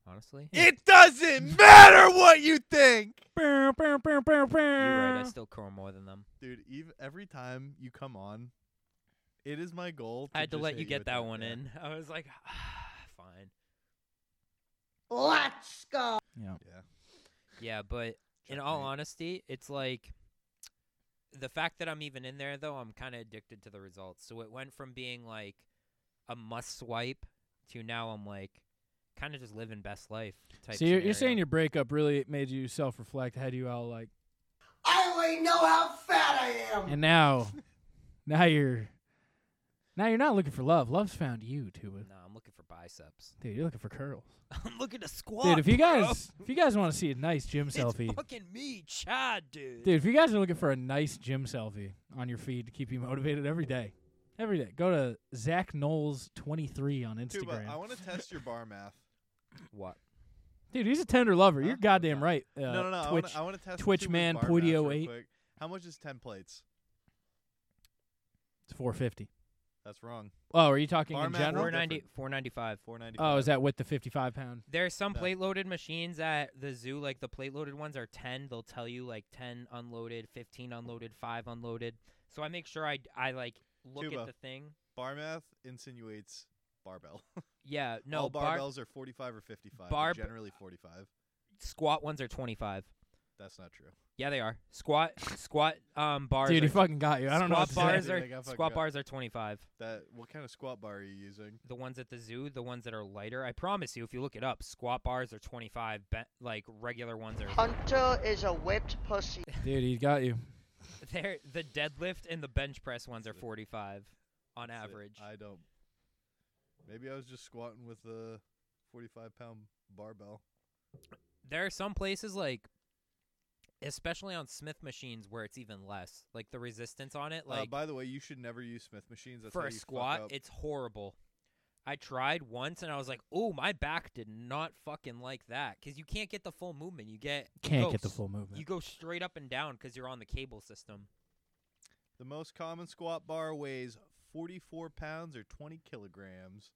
Speaker 2: Honestly,
Speaker 1: It doesn't matter what you think,
Speaker 3: You're
Speaker 2: you're right. I
Speaker 3: right.
Speaker 2: still curl more than them.
Speaker 1: dude. Eve, every time you come on, it is my goal.
Speaker 2: I had to
Speaker 1: just
Speaker 2: let
Speaker 1: hit
Speaker 2: you get
Speaker 1: with
Speaker 2: that one
Speaker 1: yeah.
Speaker 2: in. I was like, [sighs] fine.
Speaker 3: Yeah.
Speaker 1: Yeah.
Speaker 2: Yeah, but in all honesty, it's like the fact that I'm even in there though, I'm kind of addicted to the results. So it went from being like a must swipe to now I'm like kind of just living best life type.
Speaker 3: So you're, you're saying
Speaker 2: scenario.
Speaker 3: your breakup really made you self-reflect, had you all like,
Speaker 7: I only know how fat I am.
Speaker 3: and now, now you're, now you're not looking for love. Love's found you, Tuba.
Speaker 2: No, I'm looking for biceps. [laughs]
Speaker 3: Dude, you're looking for curls.
Speaker 2: I'm looking to squat.
Speaker 3: Dude, if you
Speaker 2: bro.
Speaker 3: guys, if you guys want to see a nice gym
Speaker 2: it's
Speaker 3: selfie,
Speaker 2: fucking me, Chad, dude.
Speaker 3: Dude, if you guys are looking for a nice gym selfie on your feed to keep you motivated every day, every day, go to Zach Knowles twenty three on
Speaker 1: Tuba,
Speaker 3: Instagram.
Speaker 1: I want to test your bar math.
Speaker 2: What?
Speaker 3: Dude, he's a tender lover.
Speaker 1: Huh?
Speaker 3: You're goddamn
Speaker 1: Okay.
Speaker 3: right. Uh,
Speaker 1: no, no, no. I wanna-
Speaker 3: Twitch.
Speaker 1: I want to test
Speaker 3: Twitch
Speaker 1: Tuba's
Speaker 3: man,
Speaker 1: bar math
Speaker 3: Pooty
Speaker 1: real
Speaker 3: 08.
Speaker 1: quick. How much is ten plates?
Speaker 3: It's four fifty.
Speaker 1: That's wrong.
Speaker 3: Oh, are you talking
Speaker 1: Bar
Speaker 3: in
Speaker 1: math
Speaker 3: general?
Speaker 1: or-
Speaker 2: 490,
Speaker 1: different.
Speaker 2: 495.
Speaker 1: Four ninety.
Speaker 3: Oh, is that with the fifty five pound?
Speaker 2: There's some
Speaker 1: Yeah.
Speaker 2: plate loaded machines at the zoo. Like the plate loaded ones are 10. They'll tell you like 10 unloaded, 15 unloaded, 5 unloaded. So I make sure I, I like look
Speaker 1: Tuba.
Speaker 2: at the thing.
Speaker 1: bar math insinuates
Speaker 3: [laughs]
Speaker 1: barbell?
Speaker 2: Yeah, no,
Speaker 1: All
Speaker 2: bar-
Speaker 1: barbells are forty-five or fifty-five.
Speaker 2: bar-
Speaker 1: They're generally forty-five.
Speaker 2: squat ones are 25.
Speaker 1: That's not true.
Speaker 2: Yeah, they are. Squat squat um bars
Speaker 3: Dude,
Speaker 2: are
Speaker 3: he fucking got you. I don't know. What
Speaker 2: squat
Speaker 3: to
Speaker 1: what to
Speaker 2: bars
Speaker 1: say.
Speaker 2: are
Speaker 1: Dude, I got fucking
Speaker 2: squat
Speaker 1: got.
Speaker 2: bars are 25.
Speaker 1: That what kind of squat bar are you using?
Speaker 2: The ones at the zoo, the ones that are lighter. I promise you if you look it up, squat bars are 25, be- like regular ones are
Speaker 8: Hunter is a wet pussy.
Speaker 3: say. Dude, he got you.
Speaker 2: [laughs] They're the deadlift and the bench press ones are
Speaker 1: That's it.
Speaker 2: 45 on
Speaker 1: That's it.
Speaker 2: average.
Speaker 1: I don't. Maybe I was just squatting with a forty-five-pound barbell.
Speaker 2: there are some places like especially on smith machines where it's even less like the resistance on it
Speaker 1: uh,
Speaker 2: like
Speaker 1: by the way, you should never use Smith machines. That's
Speaker 2: for
Speaker 1: how
Speaker 2: a
Speaker 1: you fuck
Speaker 2: squat
Speaker 1: up.
Speaker 2: it's horrible i tried once and i was like oh my back did not fucking like that because you can't get the full movement you get you
Speaker 3: Can't
Speaker 2: go
Speaker 3: get the
Speaker 2: s-
Speaker 3: full movement.
Speaker 2: you go straight up and down because you're on the cable system
Speaker 1: the most common squat bar weighs forty-four pounds or twenty kilograms.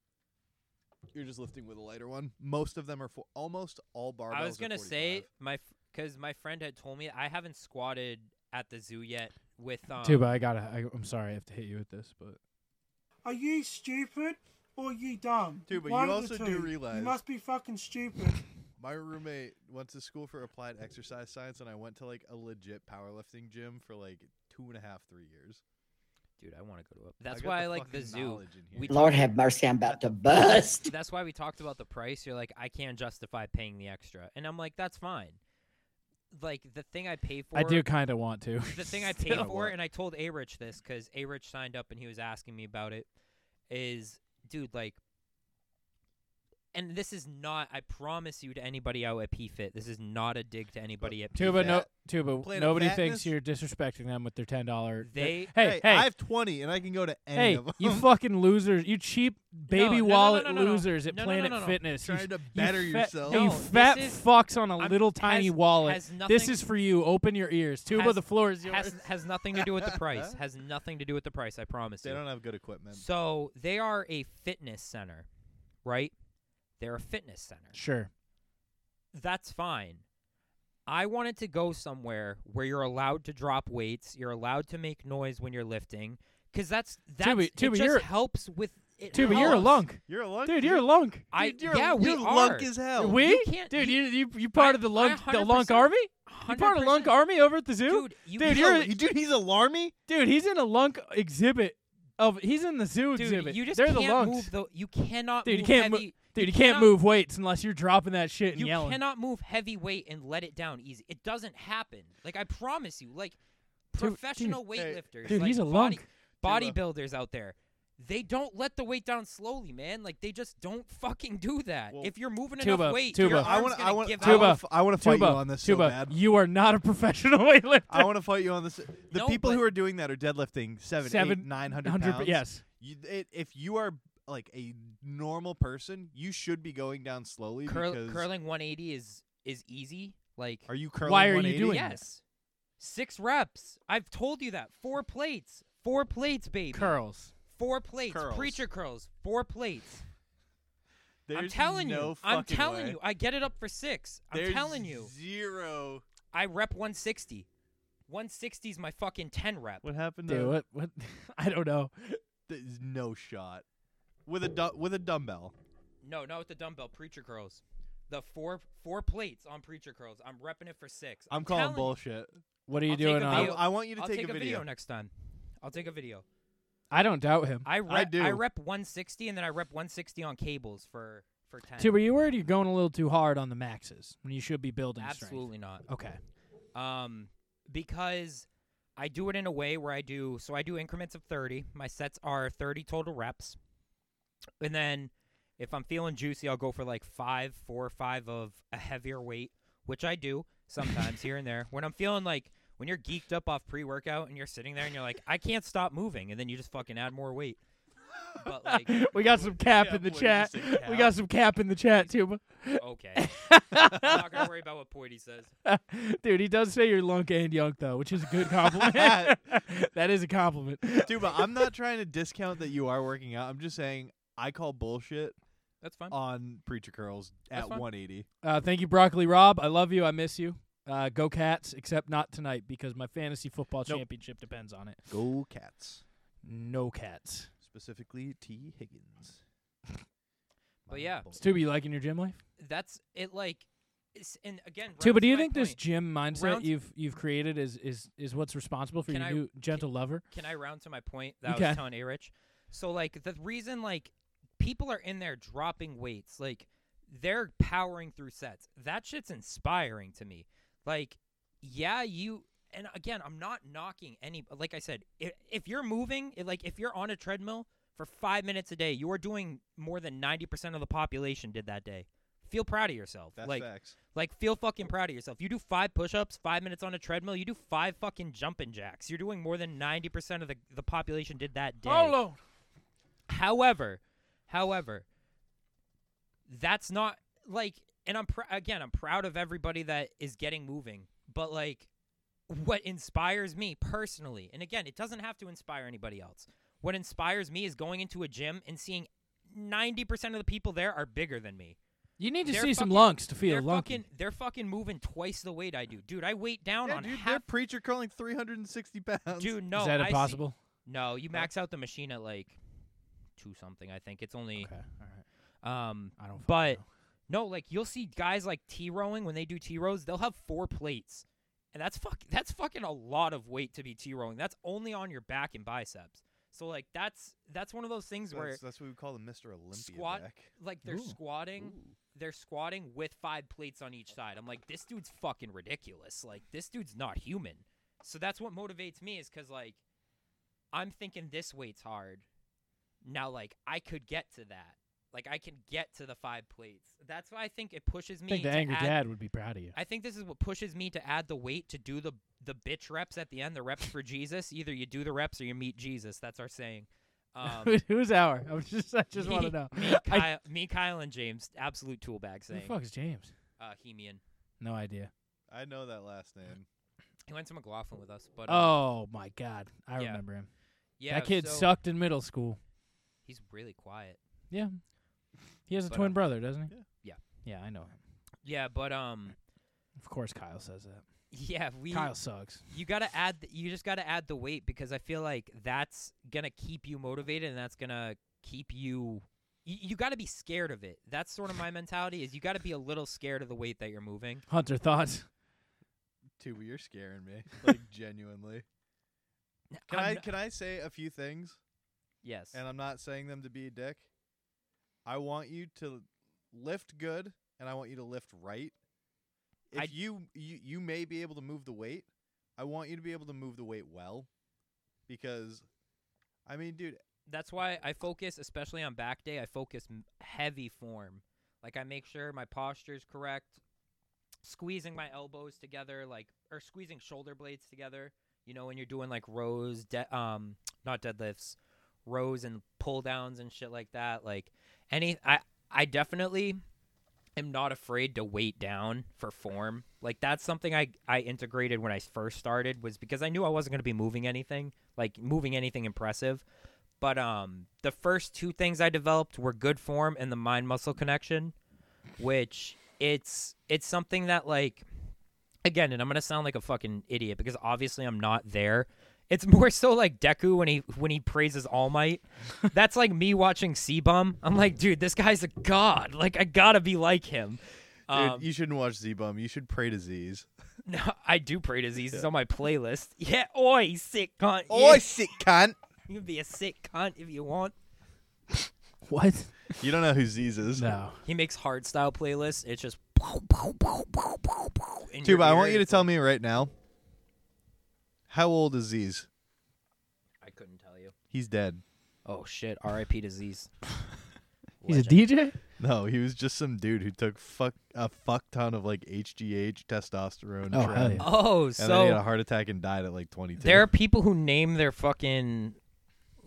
Speaker 1: You're just lifting with a lighter one. Most of them are for almost all barbells.
Speaker 2: i was
Speaker 1: are
Speaker 2: gonna say
Speaker 1: 45.
Speaker 2: my because my friend had told me i haven't squatted at the zoo yet with um
Speaker 3: Tuba, I gotta. I, I'm sorry, I have to hit you with this, but
Speaker 7: Are you stupid or you dumb?
Speaker 1: Dude, but
Speaker 7: One
Speaker 1: you
Speaker 7: of the
Speaker 1: also do
Speaker 7: two.
Speaker 1: realize-
Speaker 7: you must be fucking stupid.
Speaker 1: My roommate went to school for applied exercise science, and I went to like a legit powerlifting gym for like two and a half, three years.
Speaker 2: dude i want to go to a that's
Speaker 1: got
Speaker 2: why
Speaker 1: the
Speaker 2: i like the
Speaker 1: fucking
Speaker 2: zoo
Speaker 1: knowledge in here.
Speaker 2: we
Speaker 9: Lord
Speaker 2: talked-
Speaker 9: have mercy, I'm about to bust.
Speaker 2: that's why we talked about the price. You're like, I can't justify paying the extra, and I'm like, that's fine. Like the thing I pay for,
Speaker 3: I do kind of want to. [laughs]
Speaker 2: The thing I pay
Speaker 1: Still.
Speaker 2: for, and I told A Rich this because A Rich signed up and he was asking me about it. Is dude like, and this is not. I promise you to anybody out at PFit, this is not a dig to anybody at
Speaker 3: Tuba, no,
Speaker 1: Fat-
Speaker 3: Tuba.
Speaker 1: Planet
Speaker 3: Nobody
Speaker 1: Fatness?
Speaker 3: thinks you're disrespecting them with their ten dollar.
Speaker 2: They-
Speaker 3: hey, hey,
Speaker 1: I have twenty, and I can go to any
Speaker 3: Hey,
Speaker 1: of them.
Speaker 3: you fucking losers! You cheap baby
Speaker 2: no, no, no,
Speaker 3: wallet
Speaker 2: no, no, no.
Speaker 3: losers at
Speaker 2: No, no, no,
Speaker 3: Planet
Speaker 2: no, no.
Speaker 3: Fitness. You
Speaker 1: Trying
Speaker 3: f-
Speaker 1: to
Speaker 3: you
Speaker 1: better
Speaker 3: fat-
Speaker 1: yourself.
Speaker 3: hey, you
Speaker 2: No, this
Speaker 3: fat
Speaker 2: is-
Speaker 3: fucks on a
Speaker 2: I'm-
Speaker 3: little tiny
Speaker 2: has-
Speaker 3: wallet.
Speaker 2: has
Speaker 3: this
Speaker 2: nothing-
Speaker 3: is for you. Open your ears. Tuba,
Speaker 2: Has-
Speaker 3: the floor is yours.
Speaker 2: has has nothing to do with
Speaker 1: [laughs]
Speaker 2: the price. Has nothing to do with the price. I
Speaker 1: [laughs]
Speaker 2: promise.
Speaker 1: they
Speaker 2: you.
Speaker 1: don't have good equipment.
Speaker 2: So they are a fitness center, right? They're a fitness center.
Speaker 3: sure.
Speaker 2: That's fine. I wanted to go somewhere where you're allowed to drop weights, you're allowed to make noise when you're lifting, because that's that's
Speaker 3: Tubi-
Speaker 2: it
Speaker 3: Tubi,
Speaker 2: just
Speaker 3: you're-
Speaker 2: helps with it.
Speaker 3: Tuba, you're a
Speaker 2: helps.
Speaker 3: lunk.
Speaker 1: You're a lunk,
Speaker 3: Dude, you're a lunk.
Speaker 2: I
Speaker 1: Dude, you're,
Speaker 2: yeah, we
Speaker 1: you're
Speaker 2: are.
Speaker 1: lunk as hell.
Speaker 3: we?
Speaker 2: you can't-
Speaker 3: Dude,
Speaker 2: you-
Speaker 3: you, you, you part
Speaker 2: I-
Speaker 3: of the
Speaker 2: I
Speaker 3: lunk, the
Speaker 2: 100%
Speaker 3: lunk army? You
Speaker 2: 100%.
Speaker 3: part of lunk army over at the zoo?
Speaker 2: Dude, you
Speaker 3: Dude,
Speaker 2: know-
Speaker 3: you're-
Speaker 1: You- dude, he's alarmy.
Speaker 3: Dude, he's in a lunk exhibit. Of He's in the zoo
Speaker 2: dude,
Speaker 3: exhibit.
Speaker 2: you just
Speaker 3: They're
Speaker 2: can't
Speaker 3: the lunks.
Speaker 2: move the you cannot move
Speaker 3: Dude, you can't move.
Speaker 2: heavy,
Speaker 3: Dude, you can't
Speaker 2: cannot-
Speaker 3: move weights unless you're dropping that shit and
Speaker 2: you
Speaker 3: yelling.
Speaker 2: cannot move heavy weight and let it down easy. It doesn't happen. Like I promise you, like
Speaker 3: Dude, dude.
Speaker 2: professional
Speaker 1: Hey,
Speaker 2: weightlifter, weightlifters,
Speaker 3: dude, uh,
Speaker 2: like
Speaker 3: he's a
Speaker 2: body,
Speaker 3: lunk.
Speaker 2: bodybuilders out there. They don't let the weight down slowly, man. Like they just don't fucking do that.
Speaker 1: Well,
Speaker 2: if you're moving
Speaker 3: Tuba,
Speaker 2: enough weight,
Speaker 3: Tuba.
Speaker 2: your
Speaker 3: I
Speaker 2: arm's
Speaker 1: wanna-
Speaker 2: gonna
Speaker 1: I wanna-
Speaker 2: give
Speaker 1: I wanna
Speaker 2: out.
Speaker 3: Tuba,
Speaker 1: f- I wanna fight you
Speaker 3: Tuba,
Speaker 1: on this so
Speaker 3: Tuba,
Speaker 1: bad.
Speaker 3: You are not a professional [laughs] weightlifter.
Speaker 1: I want to fight you on this. The
Speaker 2: No,
Speaker 1: people who
Speaker 2: but-
Speaker 1: are doing that are deadlifting seven,
Speaker 3: Seven-
Speaker 1: eight, nine hundred
Speaker 3: 100
Speaker 1: pounds.
Speaker 3: Yes.
Speaker 1: You, it, if you are like a normal person, you should be going down slowly.
Speaker 2: Curl,
Speaker 1: because
Speaker 2: curling 180 is is easy. Like
Speaker 1: Are you curling?
Speaker 3: Why are you
Speaker 1: 180?
Speaker 3: doing that?
Speaker 2: yes, six reps. I've told you that. Four plates. Four plates, baby.
Speaker 3: Curls.
Speaker 2: Four plates.
Speaker 1: Curls.
Speaker 2: Preacher curls. Four plates.
Speaker 1: There's
Speaker 2: I'm telling
Speaker 1: no
Speaker 2: you. I'm
Speaker 1: fucking
Speaker 2: telling
Speaker 1: way.
Speaker 2: you. I get it up for six. I'm
Speaker 1: There's
Speaker 2: telling you.
Speaker 1: Zero.
Speaker 2: I rep 160. 160 is my fucking 10 rep.
Speaker 1: What happened
Speaker 3: Dude,
Speaker 1: to
Speaker 3: what? What? [laughs] I don't know.
Speaker 1: There's no shot with a du- with a dumbbell.
Speaker 2: No, not with the dumbbell. Preacher curls. The four four plates on preacher curls. I'm repping it for six.
Speaker 1: I'm calling
Speaker 2: telling you.
Speaker 1: bullshit.
Speaker 3: What are you
Speaker 2: I'll take
Speaker 3: doing
Speaker 2: a
Speaker 1: I,
Speaker 3: on?
Speaker 2: video.
Speaker 1: I want you to
Speaker 2: I'll
Speaker 1: take, a video.
Speaker 2: next time. I'll take a video.
Speaker 3: I don't doubt him.
Speaker 2: I rep, I,
Speaker 1: do.
Speaker 2: rep 160 and then I rep 160 on cables for for 10.
Speaker 3: Tuba, you worried you're going a little too hard on the maxes when you should be building
Speaker 2: Absolutely not.
Speaker 3: strength. Okay.
Speaker 2: um, because I do it in a way where I do so I do increments of 30. My sets are 30 total reps, and then if I'm feeling juicy, I'll go for like five, four, or five of a heavier weight, which I do
Speaker 3: [laughs]
Speaker 2: sometimes here and there. When I'm feeling like when you're geeked up off pre-workout and you're sitting there and you're like, I can't stop moving, and then you just fucking add more weight. But
Speaker 3: [laughs]
Speaker 2: like,
Speaker 3: We got some cap
Speaker 1: Yeah,
Speaker 3: in the
Speaker 1: what did you
Speaker 3: chat.
Speaker 1: say,
Speaker 3: We
Speaker 1: cap?
Speaker 3: got some cap in the chat, Tuba.
Speaker 2: okay, I'm not gonna worry about what Poity says.
Speaker 3: Dude, he does say you're lunk and yunk though, which is a good
Speaker 2: [laughs]
Speaker 3: compliment. [laughs] that is a compliment.
Speaker 1: Dude, but I'm not trying to discount that you are working out. I'm just saying I call bullshit
Speaker 2: That's fine.
Speaker 1: on preacher curls
Speaker 2: That's
Speaker 1: at
Speaker 2: fine.
Speaker 1: 180.
Speaker 3: Uh, thank you, Broccoli Rob. I love you. I miss you. Uh, go Cats, except not tonight because my fantasy football
Speaker 1: Nope.
Speaker 3: championship depends on it.
Speaker 1: Go cats.
Speaker 3: No Cats.
Speaker 1: Specifically T Higgins.
Speaker 2: But
Speaker 1: My
Speaker 2: yeah.
Speaker 1: boy.
Speaker 3: Tuba, you liking your gym life?
Speaker 2: That's it. Like, it's, and again,
Speaker 3: Tuba,
Speaker 2: rounds
Speaker 3: do you
Speaker 2: my
Speaker 3: think this
Speaker 2: point.
Speaker 3: gym mindset
Speaker 2: Rounds-
Speaker 3: you've you've created is is is what's responsible for
Speaker 2: Can
Speaker 3: your
Speaker 2: I-
Speaker 3: new gentle lover?
Speaker 2: Can I round to my point that
Speaker 3: You
Speaker 2: I was
Speaker 3: can.
Speaker 2: telling A Rich? So like the reason like people are in there dropping weights, like they're powering through sets. That shit's inspiring to me. Like, yeah, you and again, I'm not knocking any like I said, if, if you're moving, i- like if you're on a treadmill for 5 minutes a day, you are doing more than 90% of the population did that day. Feel proud of yourself.
Speaker 1: That's
Speaker 2: like
Speaker 1: facts.
Speaker 2: like, feel fucking proud of yourself. You do five push ups, five minutes on a treadmill, you do five fucking jumping jacks. You're doing more than 90% of the, the population did that day.
Speaker 3: Lord.
Speaker 2: However, however, that's not like, and I'm pr- again, I'm proud of everybody that is getting moving, but like, what inspires me personally, and again, it doesn't have to inspire anybody else. What inspires me is going into a gym and seeing 90% of the people there are bigger than me.
Speaker 3: You need to
Speaker 2: They're
Speaker 3: see some
Speaker 2: fucking-
Speaker 3: lunks to feel
Speaker 2: They're
Speaker 3: lunky.
Speaker 2: fucking, they're fucking moving twice the weight I do, dude. I weight down
Speaker 1: Yeah,
Speaker 2: on
Speaker 1: dude, they're
Speaker 2: half.
Speaker 1: preacher curling 360 pounds.
Speaker 2: dude, no,
Speaker 3: is that
Speaker 2: I see-
Speaker 3: impossible?
Speaker 2: no, you max out the machine at like two something. I think it's only
Speaker 3: Okay, all right.
Speaker 2: um
Speaker 3: I don't. fucking
Speaker 2: But
Speaker 3: know.
Speaker 2: no, like you'll see guys like T rowing when they do T rows, they'll have four plates. And that's fuck that's fucking a lot of weight to be T rowing. That's only on your back and biceps. So like that's that's one of those things where
Speaker 1: that's, that's what we call the Mr. Olympia
Speaker 2: squat
Speaker 1: back.
Speaker 2: like they're
Speaker 3: Ooh.
Speaker 2: squatting they're squatting with five plates on each side. I'm like this dude's fucking ridiculous. Like this dude's not human. So that's what motivates me is cuz like I'm thinking this weight's hard. Now like I could get to that. Like I can get to the five plates. That's why I think it pushes me
Speaker 3: I think the
Speaker 2: to
Speaker 3: angry
Speaker 2: add-
Speaker 3: dad would be proud of you.
Speaker 2: I think this is what pushes me to add the weight to do the the bitch reps at the end, the reps for Jesus. Either you do the reps or you meet Jesus. That's our
Speaker 3: [laughs]
Speaker 2: saying. Um,
Speaker 3: Who's our? I was just I just
Speaker 2: me- [laughs]
Speaker 3: want to know.
Speaker 2: Me
Speaker 3: [laughs] I-
Speaker 2: Kyle, me, Kyle, and James, absolute tool bag
Speaker 3: Who the
Speaker 2: saying.
Speaker 3: fuck is James?
Speaker 2: Uh, Hemian.
Speaker 3: No idea.
Speaker 1: I know that last name.
Speaker 2: He went to McLaughlin with us, but um,
Speaker 3: Oh my god, I
Speaker 2: yeah.
Speaker 3: remember him.
Speaker 2: yeah,
Speaker 3: that kid
Speaker 2: so
Speaker 3: sucked in middle school.
Speaker 2: He's really quiet.
Speaker 3: Yeah, he has a
Speaker 2: But,
Speaker 3: twin
Speaker 2: um,
Speaker 3: brother, doesn't he?
Speaker 2: yeah.
Speaker 3: yeah, I know him.
Speaker 2: Yeah, but um,
Speaker 3: Of course, Kyle says that.
Speaker 2: yeah, we
Speaker 3: Kyle sucks.
Speaker 2: you gotta add th- you just gotta add the weight because I feel like that's gonna keep you motivated and that's gonna keep you you, you gotta be scared of it. That's sort of my mentality is you gotta be a little scared of the weight that you're moving.
Speaker 3: Hunter thoughts.
Speaker 1: Tuba, you're scaring
Speaker 2: [laughs]
Speaker 1: me. Like genuinely. Can
Speaker 2: I'm
Speaker 1: i
Speaker 2: n-
Speaker 1: can I say a few things?
Speaker 2: yes.
Speaker 1: And I'm not saying them to be a dick. I want you to lift good and I want you to lift right. If
Speaker 2: I-
Speaker 1: you, you you may be able to move the weight, I want you to be able to move the weight well because I mean, dude,
Speaker 2: that's why I focus, especially on back day. I focus m- heavy form. Like I make sure my posture is correct, squeezing my elbows together, like or squeezing shoulder blades together. You know, when you're doing like rows, de- um, not deadlifts, rows and pull downs and shit like that. Like any, I I definitely am not afraid to weight down for form. Like that's something I I integrated when I first started was because I knew I wasn't going to be moving anything, like moving anything impressive. But um the first two things I developed were good form and the mind muscle connection, which it's it's something that like again, and I'm going to sound like a fucking idiot because obviously I'm not there. It's [laughs] more so like Deku when he when he praises
Speaker 1: [laughs]
Speaker 2: All Might. That's like me watching Seabum. I'm like, dude, this guy's a god. Like I gotta be like him.
Speaker 1: Dude,
Speaker 2: Um,
Speaker 1: you shouldn't watch Z Bum. You should pray to Z's.
Speaker 2: no, [laughs] I do pray to Z's. It's on my playlist. Yeah, oi, sick cunt.
Speaker 1: Oh,
Speaker 2: Yeah,
Speaker 1: sick cunt.
Speaker 2: you can be a sick cunt if you want.
Speaker 3: [laughs] What?
Speaker 1: You don't know who Z's is.
Speaker 2: [laughs]
Speaker 3: No.
Speaker 2: He makes hard style playlists. It's just pow, pow, pow, pow, pow, pow in your
Speaker 1: Tuba, I want
Speaker 2: ear.
Speaker 1: you to
Speaker 2: It's
Speaker 1: tell me right now. How old is Z's?
Speaker 2: like, I couldn't tell you.
Speaker 1: He's dead.
Speaker 2: Oh shit! R.I.P.
Speaker 1: [laughs]
Speaker 2: to Z's.
Speaker 3: He's a
Speaker 2: Legend.
Speaker 3: DJ?
Speaker 1: No, he was just some dude who took fuck a fuck ton of like HGH testosterone.
Speaker 3: Oh, hell
Speaker 1: Tren,
Speaker 3: yeah.
Speaker 2: Oh,
Speaker 1: And then he had a
Speaker 2: so
Speaker 1: heart attack and died at like 22.
Speaker 2: there are people who name their fucking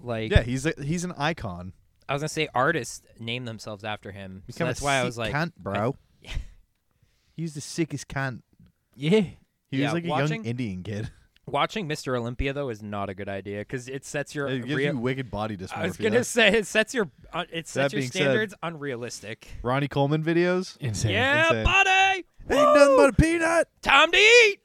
Speaker 2: like.
Speaker 1: yeah, he's a, he's an icon.
Speaker 2: I was gonna say artists name themselves after him. So
Speaker 1: Become a
Speaker 2: that's why I
Speaker 1: sick
Speaker 2: was like,
Speaker 1: cunt, bro. [laughs] he's the sickest cunt.
Speaker 3: Yeah.
Speaker 1: He
Speaker 2: Yeah,
Speaker 1: was like a
Speaker 2: watching-
Speaker 1: young Indian
Speaker 2: [laughs]
Speaker 1: kid.
Speaker 2: watching Mr. Olympia though is not a good idea because it sets your.
Speaker 1: It gives
Speaker 2: rea-
Speaker 1: you wicked body dysmorphia.
Speaker 2: I was gonna say it sets your uh, it sets your
Speaker 1: being said-
Speaker 2: standards unrealistic.
Speaker 1: Ronnie Coleman videos.
Speaker 3: Insane.
Speaker 2: yeah,
Speaker 1: insane.
Speaker 2: buddy.
Speaker 1: Ain't nothing but a peanut.
Speaker 2: Time to eat.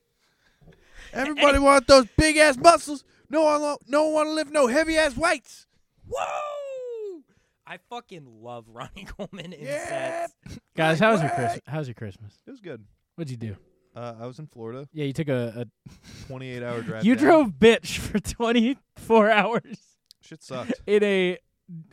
Speaker 1: Everybody want those big ass muscles. No one, lo- no one want to lift no heavy ass weights.
Speaker 2: Whoa! I fucking love [laughs] Ronnie Coleman in
Speaker 1: Yeah.
Speaker 2: sets. [laughs]
Speaker 3: Guys, how was your Christmas? How was your Christmas?
Speaker 1: It was good.
Speaker 3: What'd you do?
Speaker 1: Uh, I was in Florida,
Speaker 3: Yeah, you took a,
Speaker 1: 28 hour
Speaker 3: a
Speaker 1: drive.
Speaker 3: you
Speaker 1: down.
Speaker 3: drove bitch for [laughs] 24 hours
Speaker 1: Shit sucked.
Speaker 3: in a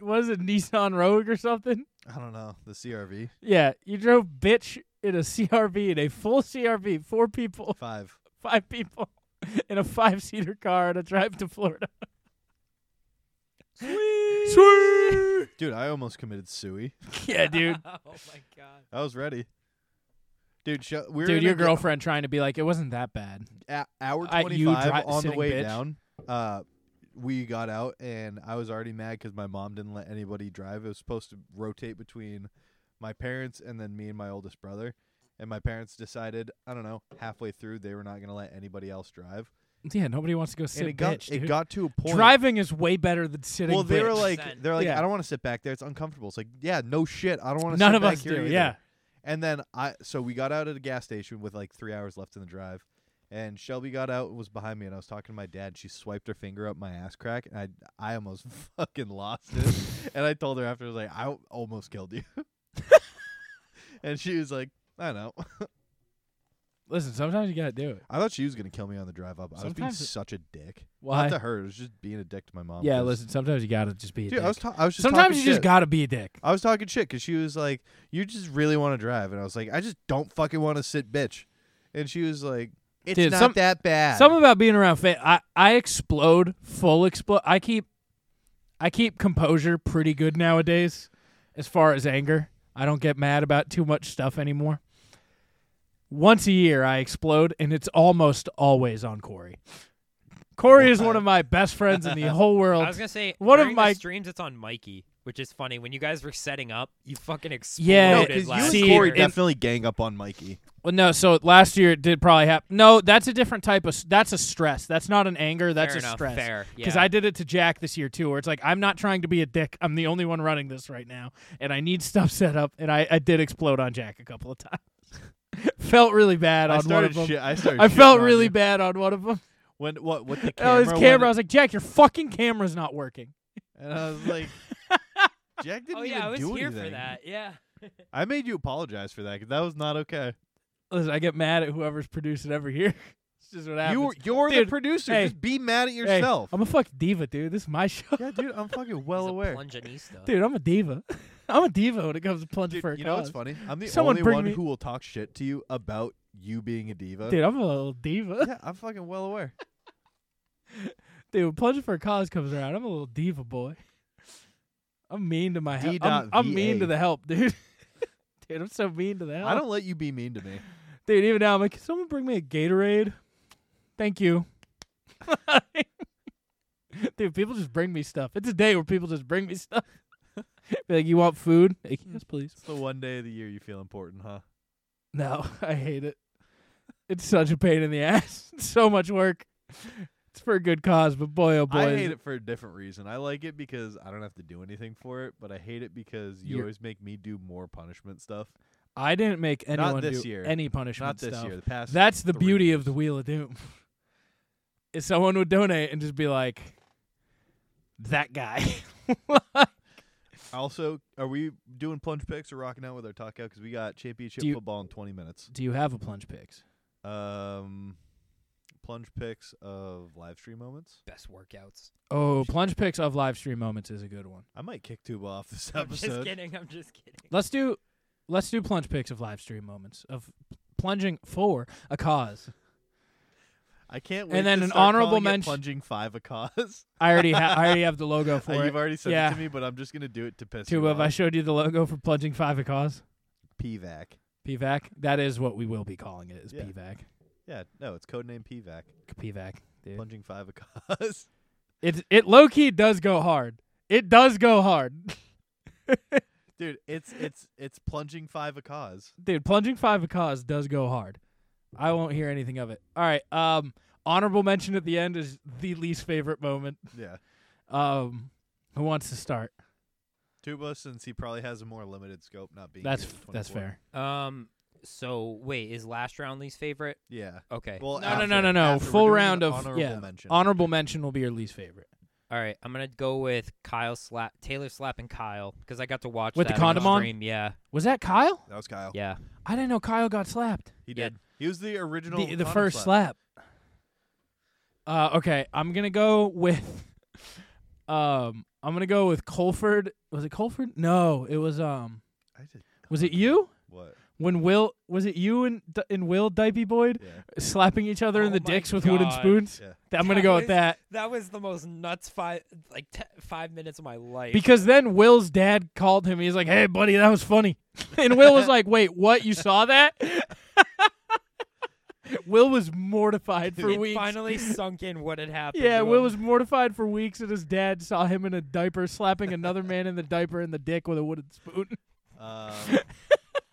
Speaker 3: was it Nissan Rogue or something?
Speaker 1: I don't know the CRV
Speaker 3: Yeah, you drove bitch in a [laughs] CRV in a full CRV, four people, [laughs]
Speaker 1: five.
Speaker 3: five people [laughs] in a five-seater car on a drive to Florida. Sweet. Sweet.
Speaker 1: Dude, I almost committed suey. [laughs]
Speaker 3: Yeah, dude.
Speaker 2: Oh my god.
Speaker 1: I was ready. Dude, show, we were
Speaker 3: Dude,
Speaker 1: in
Speaker 3: your
Speaker 1: a,
Speaker 3: girlfriend trying to be like, it wasn't that bad.
Speaker 1: a- hour
Speaker 3: Uh,
Speaker 1: twenty
Speaker 3: you dri-
Speaker 1: five on the
Speaker 3: sitting
Speaker 1: way
Speaker 3: bitch.
Speaker 1: down. Uh, we got out and I was already mad because my mom didn't let anybody drive. It was supposed to rotate between my parents and then me and my oldest brother. And my parents decided, I don't know, halfway through they were not going to let anybody else drive.
Speaker 3: Yeah, nobody wants to go
Speaker 1: and
Speaker 3: sit
Speaker 1: it got
Speaker 3: bitch.
Speaker 1: it
Speaker 3: dude.
Speaker 1: got to a point.
Speaker 3: Driving is way better than sitting.
Speaker 1: well, they were
Speaker 3: bitch.
Speaker 1: like, they're like,
Speaker 3: Yeah.
Speaker 1: I don't want to sit back there. It's uncomfortable. It's like, yeah, no shit, I don't want to.
Speaker 3: none
Speaker 1: sit
Speaker 3: of
Speaker 1: back
Speaker 3: us
Speaker 1: here
Speaker 3: do.
Speaker 1: either.
Speaker 3: Yeah,
Speaker 1: And then I, so we got out at a gas station with like three hours left in the drive, and Shelby got out and was behind me, and I was talking to my dad. She swiped her finger up my ass crack, and I, I almost [laughs] fucking lost it. and I told her after, I was like, I al- almost killed you. [laughs] and she was like, I know.
Speaker 3: listen, sometimes you gotta do it.
Speaker 1: I thought she was gonna kill me on the drive up. I was being
Speaker 3: Sometimes it-
Speaker 1: such a dick.
Speaker 3: Why?
Speaker 1: Not to her. It was just being a dick to my mom.
Speaker 3: yeah,
Speaker 1: 'cause-
Speaker 3: listen, sometimes you gotta just be. A
Speaker 1: Oh, Dude,
Speaker 3: dick.
Speaker 1: I was. Ta- I was just.
Speaker 3: sometimes
Speaker 1: talking
Speaker 3: you
Speaker 1: shit.
Speaker 3: just gotta be a dick.
Speaker 1: I was talking shit because she was like, "You just really want to drive," and I was like, "I just don't fucking want to sit, bitch." And she was like, "It's
Speaker 3: Dude,
Speaker 1: not
Speaker 3: some-
Speaker 1: that bad."
Speaker 3: Something about being around fa I I explode, full explode. I keep, I keep composure pretty good nowadays, as far as anger. I don't get mad about too much stuff anymore. Once a year, I explode, and it's almost always on Corey. Corey is one of my best
Speaker 2: [laughs]
Speaker 3: friends in the whole world.
Speaker 2: I was gonna say
Speaker 3: one of
Speaker 2: during
Speaker 3: my-
Speaker 2: the streams. It's on Mikey, which is funny. When you guys were setting up, you fucking exploded.
Speaker 3: Yeah,
Speaker 1: no,
Speaker 3: it
Speaker 1: because you
Speaker 2: last
Speaker 1: and
Speaker 3: See,
Speaker 1: Corey
Speaker 3: it-
Speaker 2: year.
Speaker 1: definitely gang up on Mikey.
Speaker 3: Well, no. So last year it did probably happen. No, that's a different type of. s- That's a stress. That's not an anger. That's
Speaker 2: Fair
Speaker 3: a
Speaker 2: enough,
Speaker 3: stress.
Speaker 2: fair,
Speaker 3: Because
Speaker 2: yeah.
Speaker 3: I did it to Jack this year too, where it's like I'm not trying to be a dick. I'm the only one running this right now, and I need stuff [laughs] set up. And I, I did explode on Jack a couple of times. [laughs] Felt really bad
Speaker 1: I
Speaker 3: on one of
Speaker 1: started
Speaker 3: them.
Speaker 1: shit. I started.
Speaker 3: [laughs] I
Speaker 1: shitting
Speaker 3: felt
Speaker 1: on
Speaker 3: really
Speaker 1: you.
Speaker 3: bad on one of them.
Speaker 1: when what what the
Speaker 3: [laughs] oh,
Speaker 1: camera.
Speaker 3: his [laughs] camera. I
Speaker 1: went-
Speaker 3: was like, Jack, your fucking camera's not working.
Speaker 1: and I was
Speaker 3: [laughs]
Speaker 1: like, Jack didn't
Speaker 2: Oh
Speaker 1: even
Speaker 2: yeah, I was
Speaker 1: do
Speaker 2: here
Speaker 1: anything.
Speaker 2: for that. Yeah.
Speaker 1: I made you apologize for that because that was not okay.
Speaker 3: Listen, I get mad at whoever's producing every year. [laughs] it's just what happens.
Speaker 1: You were, you're
Speaker 3: Dude,
Speaker 1: the producer.
Speaker 3: hey,
Speaker 1: just be mad at
Speaker 3: Hey,
Speaker 1: yourself.
Speaker 3: I'm a fucking diva, dude. This is my show. [laughs]
Speaker 1: yeah, dude, I'm fucking well
Speaker 2: He's a
Speaker 1: aware.
Speaker 2: plunginista.
Speaker 3: Dude, I'm a diva. [laughs] I'm a diva when it comes to plunging
Speaker 1: Dude,
Speaker 3: for a
Speaker 1: you know what's
Speaker 3: cause.
Speaker 1: funny? I'm the
Speaker 3: Someone
Speaker 1: only
Speaker 3: bring
Speaker 1: one
Speaker 3: me-
Speaker 1: who will talk shit to you about you being a diva.
Speaker 3: Dude, I'm a little diva.
Speaker 1: [laughs]
Speaker 3: [laughs]
Speaker 1: Yeah, I'm fucking well aware.
Speaker 3: Dude, when plunging for a cause comes around, I'm a little diva boy. I'm mean to my help.
Speaker 1: D
Speaker 3: I'm,
Speaker 1: dot
Speaker 3: I'm mean to
Speaker 1: VA.
Speaker 3: the help, dude. [laughs] dude, I'm so mean to the help.
Speaker 1: I don't let you be mean to me.
Speaker 3: dude. Even now, I'm like, can someone bring me a Gatorade? Thank you. [laughs] dude, people just bring me stuff. It's a day where people just bring me stuff. [laughs] Be like, you want food? Like, yes, please.
Speaker 1: It's the one day of the year you feel important, huh?
Speaker 3: No, [laughs] I hate it. It's such a pain in the [laughs] ass. It's so much work. It's for a good cause, but boy, oh boy,
Speaker 1: I
Speaker 3: is
Speaker 1: hate it for a different reason. I like it because I don't have to do anything for it, but I hate it because you
Speaker 3: You're-
Speaker 1: always make me do more punishment stuff.
Speaker 3: I didn't make
Speaker 1: Not
Speaker 3: anyone
Speaker 1: this
Speaker 3: do
Speaker 1: year.
Speaker 3: any punishment
Speaker 1: Not this
Speaker 3: stuff.
Speaker 1: year. The past.
Speaker 3: That's the
Speaker 1: three
Speaker 3: beauty of the
Speaker 1: years.
Speaker 3: Wheel of Doom. [laughs] Is someone would donate and just be like, that guy. [laughs]
Speaker 1: Also, are we doing plunge picks or rocking out with our talk out? Because we got championship
Speaker 3: Do you-
Speaker 1: football in 20 minutes.
Speaker 3: Do you have a plunge picks?
Speaker 1: Um, plunge picks of live stream moments.
Speaker 2: Best [laughs] workouts.
Speaker 3: Oh, plunge picks of live stream moments is a good one.
Speaker 1: I might kick Tuba off this
Speaker 2: [laughs] I'm just
Speaker 1: episode.
Speaker 2: kidding. I'm just kidding.
Speaker 3: Let's do let's do plunge picks of live stream moments of plunging for a cause.
Speaker 1: I can't wait.
Speaker 3: then
Speaker 1: to
Speaker 3: an
Speaker 1: start
Speaker 3: honorable
Speaker 1: calling it
Speaker 3: mention-
Speaker 1: plunging five a
Speaker 3: [laughs]
Speaker 1: cause.
Speaker 3: I already ha- I already have the logo
Speaker 1: [laughs]
Speaker 3: for
Speaker 1: Uh,
Speaker 3: it.
Speaker 1: you've already sent
Speaker 3: yeah.
Speaker 1: it to me, but I'm just gonna do it to piss
Speaker 3: Two
Speaker 1: you
Speaker 3: of I
Speaker 1: off.
Speaker 3: showed you the logo for plunging five a cause.
Speaker 1: PVAC.
Speaker 3: PVAC. That is what we will be calling it. Is
Speaker 1: Yeah.
Speaker 3: PVAC.
Speaker 1: Yeah, no, it's codename PVAC.
Speaker 3: PVAC. Dude.
Speaker 1: Plunging five a cause.
Speaker 3: It it low key does go hard. It does go hard,
Speaker 1: [laughs]
Speaker 3: [laughs]
Speaker 1: Dude, it's it's it's plunging five a
Speaker 3: [laughs]
Speaker 1: cause.
Speaker 3: dude. Plunging five a cause does go hard. I won't hear anything of it. All right. Um, honorable mention at the end is the least favorite moment.
Speaker 1: Yeah.
Speaker 3: Um, who wants to start?
Speaker 1: Tuba, since he probably has a more limited scope, not being
Speaker 3: That's
Speaker 1: here at
Speaker 3: that's
Speaker 1: 24.
Speaker 3: fair.
Speaker 2: Um. So wait, is last round least favorite?
Speaker 1: Yeah.
Speaker 2: Okay.
Speaker 1: Well,
Speaker 3: No, no,
Speaker 1: after-
Speaker 3: no, no, no.
Speaker 1: after we're
Speaker 3: Full
Speaker 1: doing
Speaker 3: round
Speaker 1: an
Speaker 3: of
Speaker 1: honorable
Speaker 3: yeah.
Speaker 1: mention.
Speaker 3: Honorable mention will be your least favorite
Speaker 2: All right, I'm gonna go with Kyle slap Taylor slapping Kyle because I got to watch
Speaker 3: With the
Speaker 2: that
Speaker 3: condom on?
Speaker 2: Stream. Yeah,
Speaker 3: Was that Kyle?
Speaker 1: That was Kyle.
Speaker 2: yeah.
Speaker 3: I didn't know Kyle got slapped.
Speaker 1: He
Speaker 2: Yeah.
Speaker 1: did. He was the original.
Speaker 3: the, the
Speaker 1: condom
Speaker 3: first
Speaker 1: slap.
Speaker 3: slap. Uh, okay, I'm gonna go with, [laughs] um, I'm gonna go with Colford. Was it Colford? No, it was um,
Speaker 1: I did
Speaker 3: was it
Speaker 1: condom.
Speaker 3: you
Speaker 1: What?
Speaker 3: when Will was it you and D- and Will Dipey Boyd
Speaker 1: Yeah.
Speaker 3: slapping each other in
Speaker 2: Oh
Speaker 3: the
Speaker 2: my
Speaker 3: dicks with wooden
Speaker 2: God.
Speaker 3: spoons?
Speaker 1: Yeah.
Speaker 3: Th- I'm gonna
Speaker 2: That
Speaker 3: go
Speaker 2: was-
Speaker 3: with that
Speaker 2: That was the most nuts five like t- five minutes of my life.
Speaker 3: because then Will's dad called him. He's like, "Hey, buddy, that was funny," [laughs] and Will was like, "Wait, what? You saw that?" [laughs] Will was mortified for
Speaker 2: it
Speaker 3: weeks.
Speaker 2: finally sunk in what had happened.
Speaker 3: Yeah,
Speaker 2: to
Speaker 3: Will
Speaker 2: him.
Speaker 3: was mortified for weeks that his dad saw him in a diaper slapping another man in the diaper in the dick with a wooden [laughs] spoon.
Speaker 1: Um,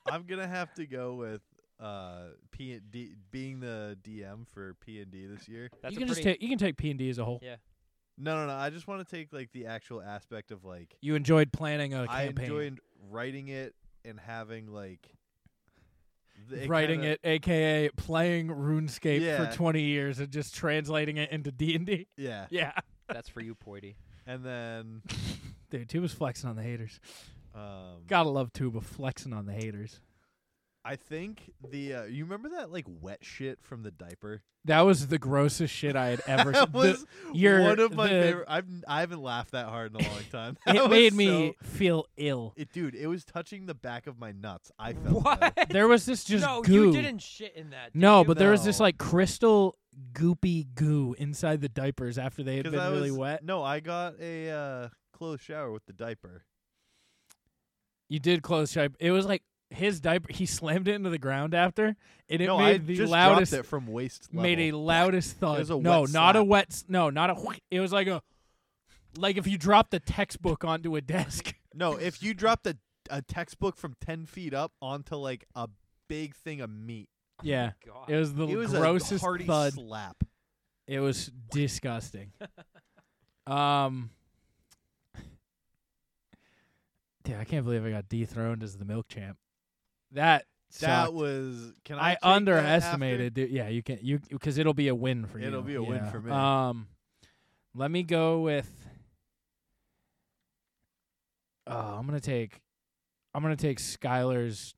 Speaker 1: I'm gonna have to go with uh P and D being the DM for P and D this year.
Speaker 2: That's
Speaker 3: you
Speaker 2: a
Speaker 3: can just
Speaker 2: pretty-
Speaker 3: take you can take P and D as a whole.
Speaker 2: Yeah.
Speaker 1: No, no, no. I just want to take like the actual aspect of like
Speaker 3: You enjoyed planning a
Speaker 1: I
Speaker 3: campaign,
Speaker 1: enjoyed writing it and having like the-
Speaker 3: writing
Speaker 1: kinda-
Speaker 3: it, aka playing RuneScape
Speaker 1: Yeah.
Speaker 3: for twenty years and just translating it into D and D.
Speaker 1: Yeah,
Speaker 3: [laughs] Yeah,
Speaker 2: That's for you,
Speaker 3: [laughs]
Speaker 2: Poity.
Speaker 1: and then
Speaker 3: dude, Tuba's flexing on the haters.
Speaker 1: um,
Speaker 3: Gotta love Tuba flexing on the haters.
Speaker 1: I think the uh, you remember that like wet shit from the
Speaker 3: [laughs]
Speaker 1: diaper.
Speaker 3: That was the grossest shit I had
Speaker 1: [laughs]
Speaker 3: ever.
Speaker 1: that
Speaker 3: the-
Speaker 1: was
Speaker 3: your-
Speaker 1: one of my
Speaker 3: the-
Speaker 1: favorite. I've I haven't laughed that hard in a long time. [laughs] That
Speaker 3: It
Speaker 1: was
Speaker 3: made
Speaker 1: so-
Speaker 3: me feel
Speaker 1: [laughs]
Speaker 3: ill.
Speaker 1: It, dude, it was touching the back of my nuts. I felt
Speaker 2: What?
Speaker 1: that.
Speaker 3: There was this just
Speaker 2: no,
Speaker 3: goo.
Speaker 2: you didn't shit in that. did
Speaker 3: No,
Speaker 2: you?
Speaker 3: but there was this
Speaker 1: No.
Speaker 3: like crystal goopy goo inside the diapers after they had been
Speaker 1: I was
Speaker 3: really wet.
Speaker 1: No, I got a uh, closed shower with the diaper.
Speaker 3: You did close shop. It was like his diaper. He [laughs] slammed it into the ground after, and it
Speaker 1: no, I
Speaker 3: made the
Speaker 1: just
Speaker 3: loudest
Speaker 1: dropped it from waist level.
Speaker 3: [laughs] made a loudest thud.
Speaker 1: was a
Speaker 3: no,
Speaker 1: wet
Speaker 3: not a
Speaker 1: slap.
Speaker 3: wet. s- No, not a. whoosh. It was like a like if you dropped a textbook onto a desk.
Speaker 1: No, if you dropped a a textbook from ten feet up onto like a big thing of meat,
Speaker 3: Yeah,
Speaker 2: God.
Speaker 3: it was the
Speaker 1: it was a
Speaker 3: grossest
Speaker 1: hearty
Speaker 3: thud.
Speaker 1: slap.
Speaker 3: It was
Speaker 1: [laughs]
Speaker 3: disgusting. um, dude, I can't believe I got dethroned as the milk champ. That
Speaker 1: That
Speaker 3: sucked.
Speaker 1: was. Can I?
Speaker 3: I
Speaker 1: take that
Speaker 3: underestimated, dude. Yeah, you can you because it'll be a win for you.
Speaker 1: It'll be a win
Speaker 3: Yeah.
Speaker 1: for me.
Speaker 3: Um, let me go with. Oh, I'm gonna take, I'm gonna take Skylar's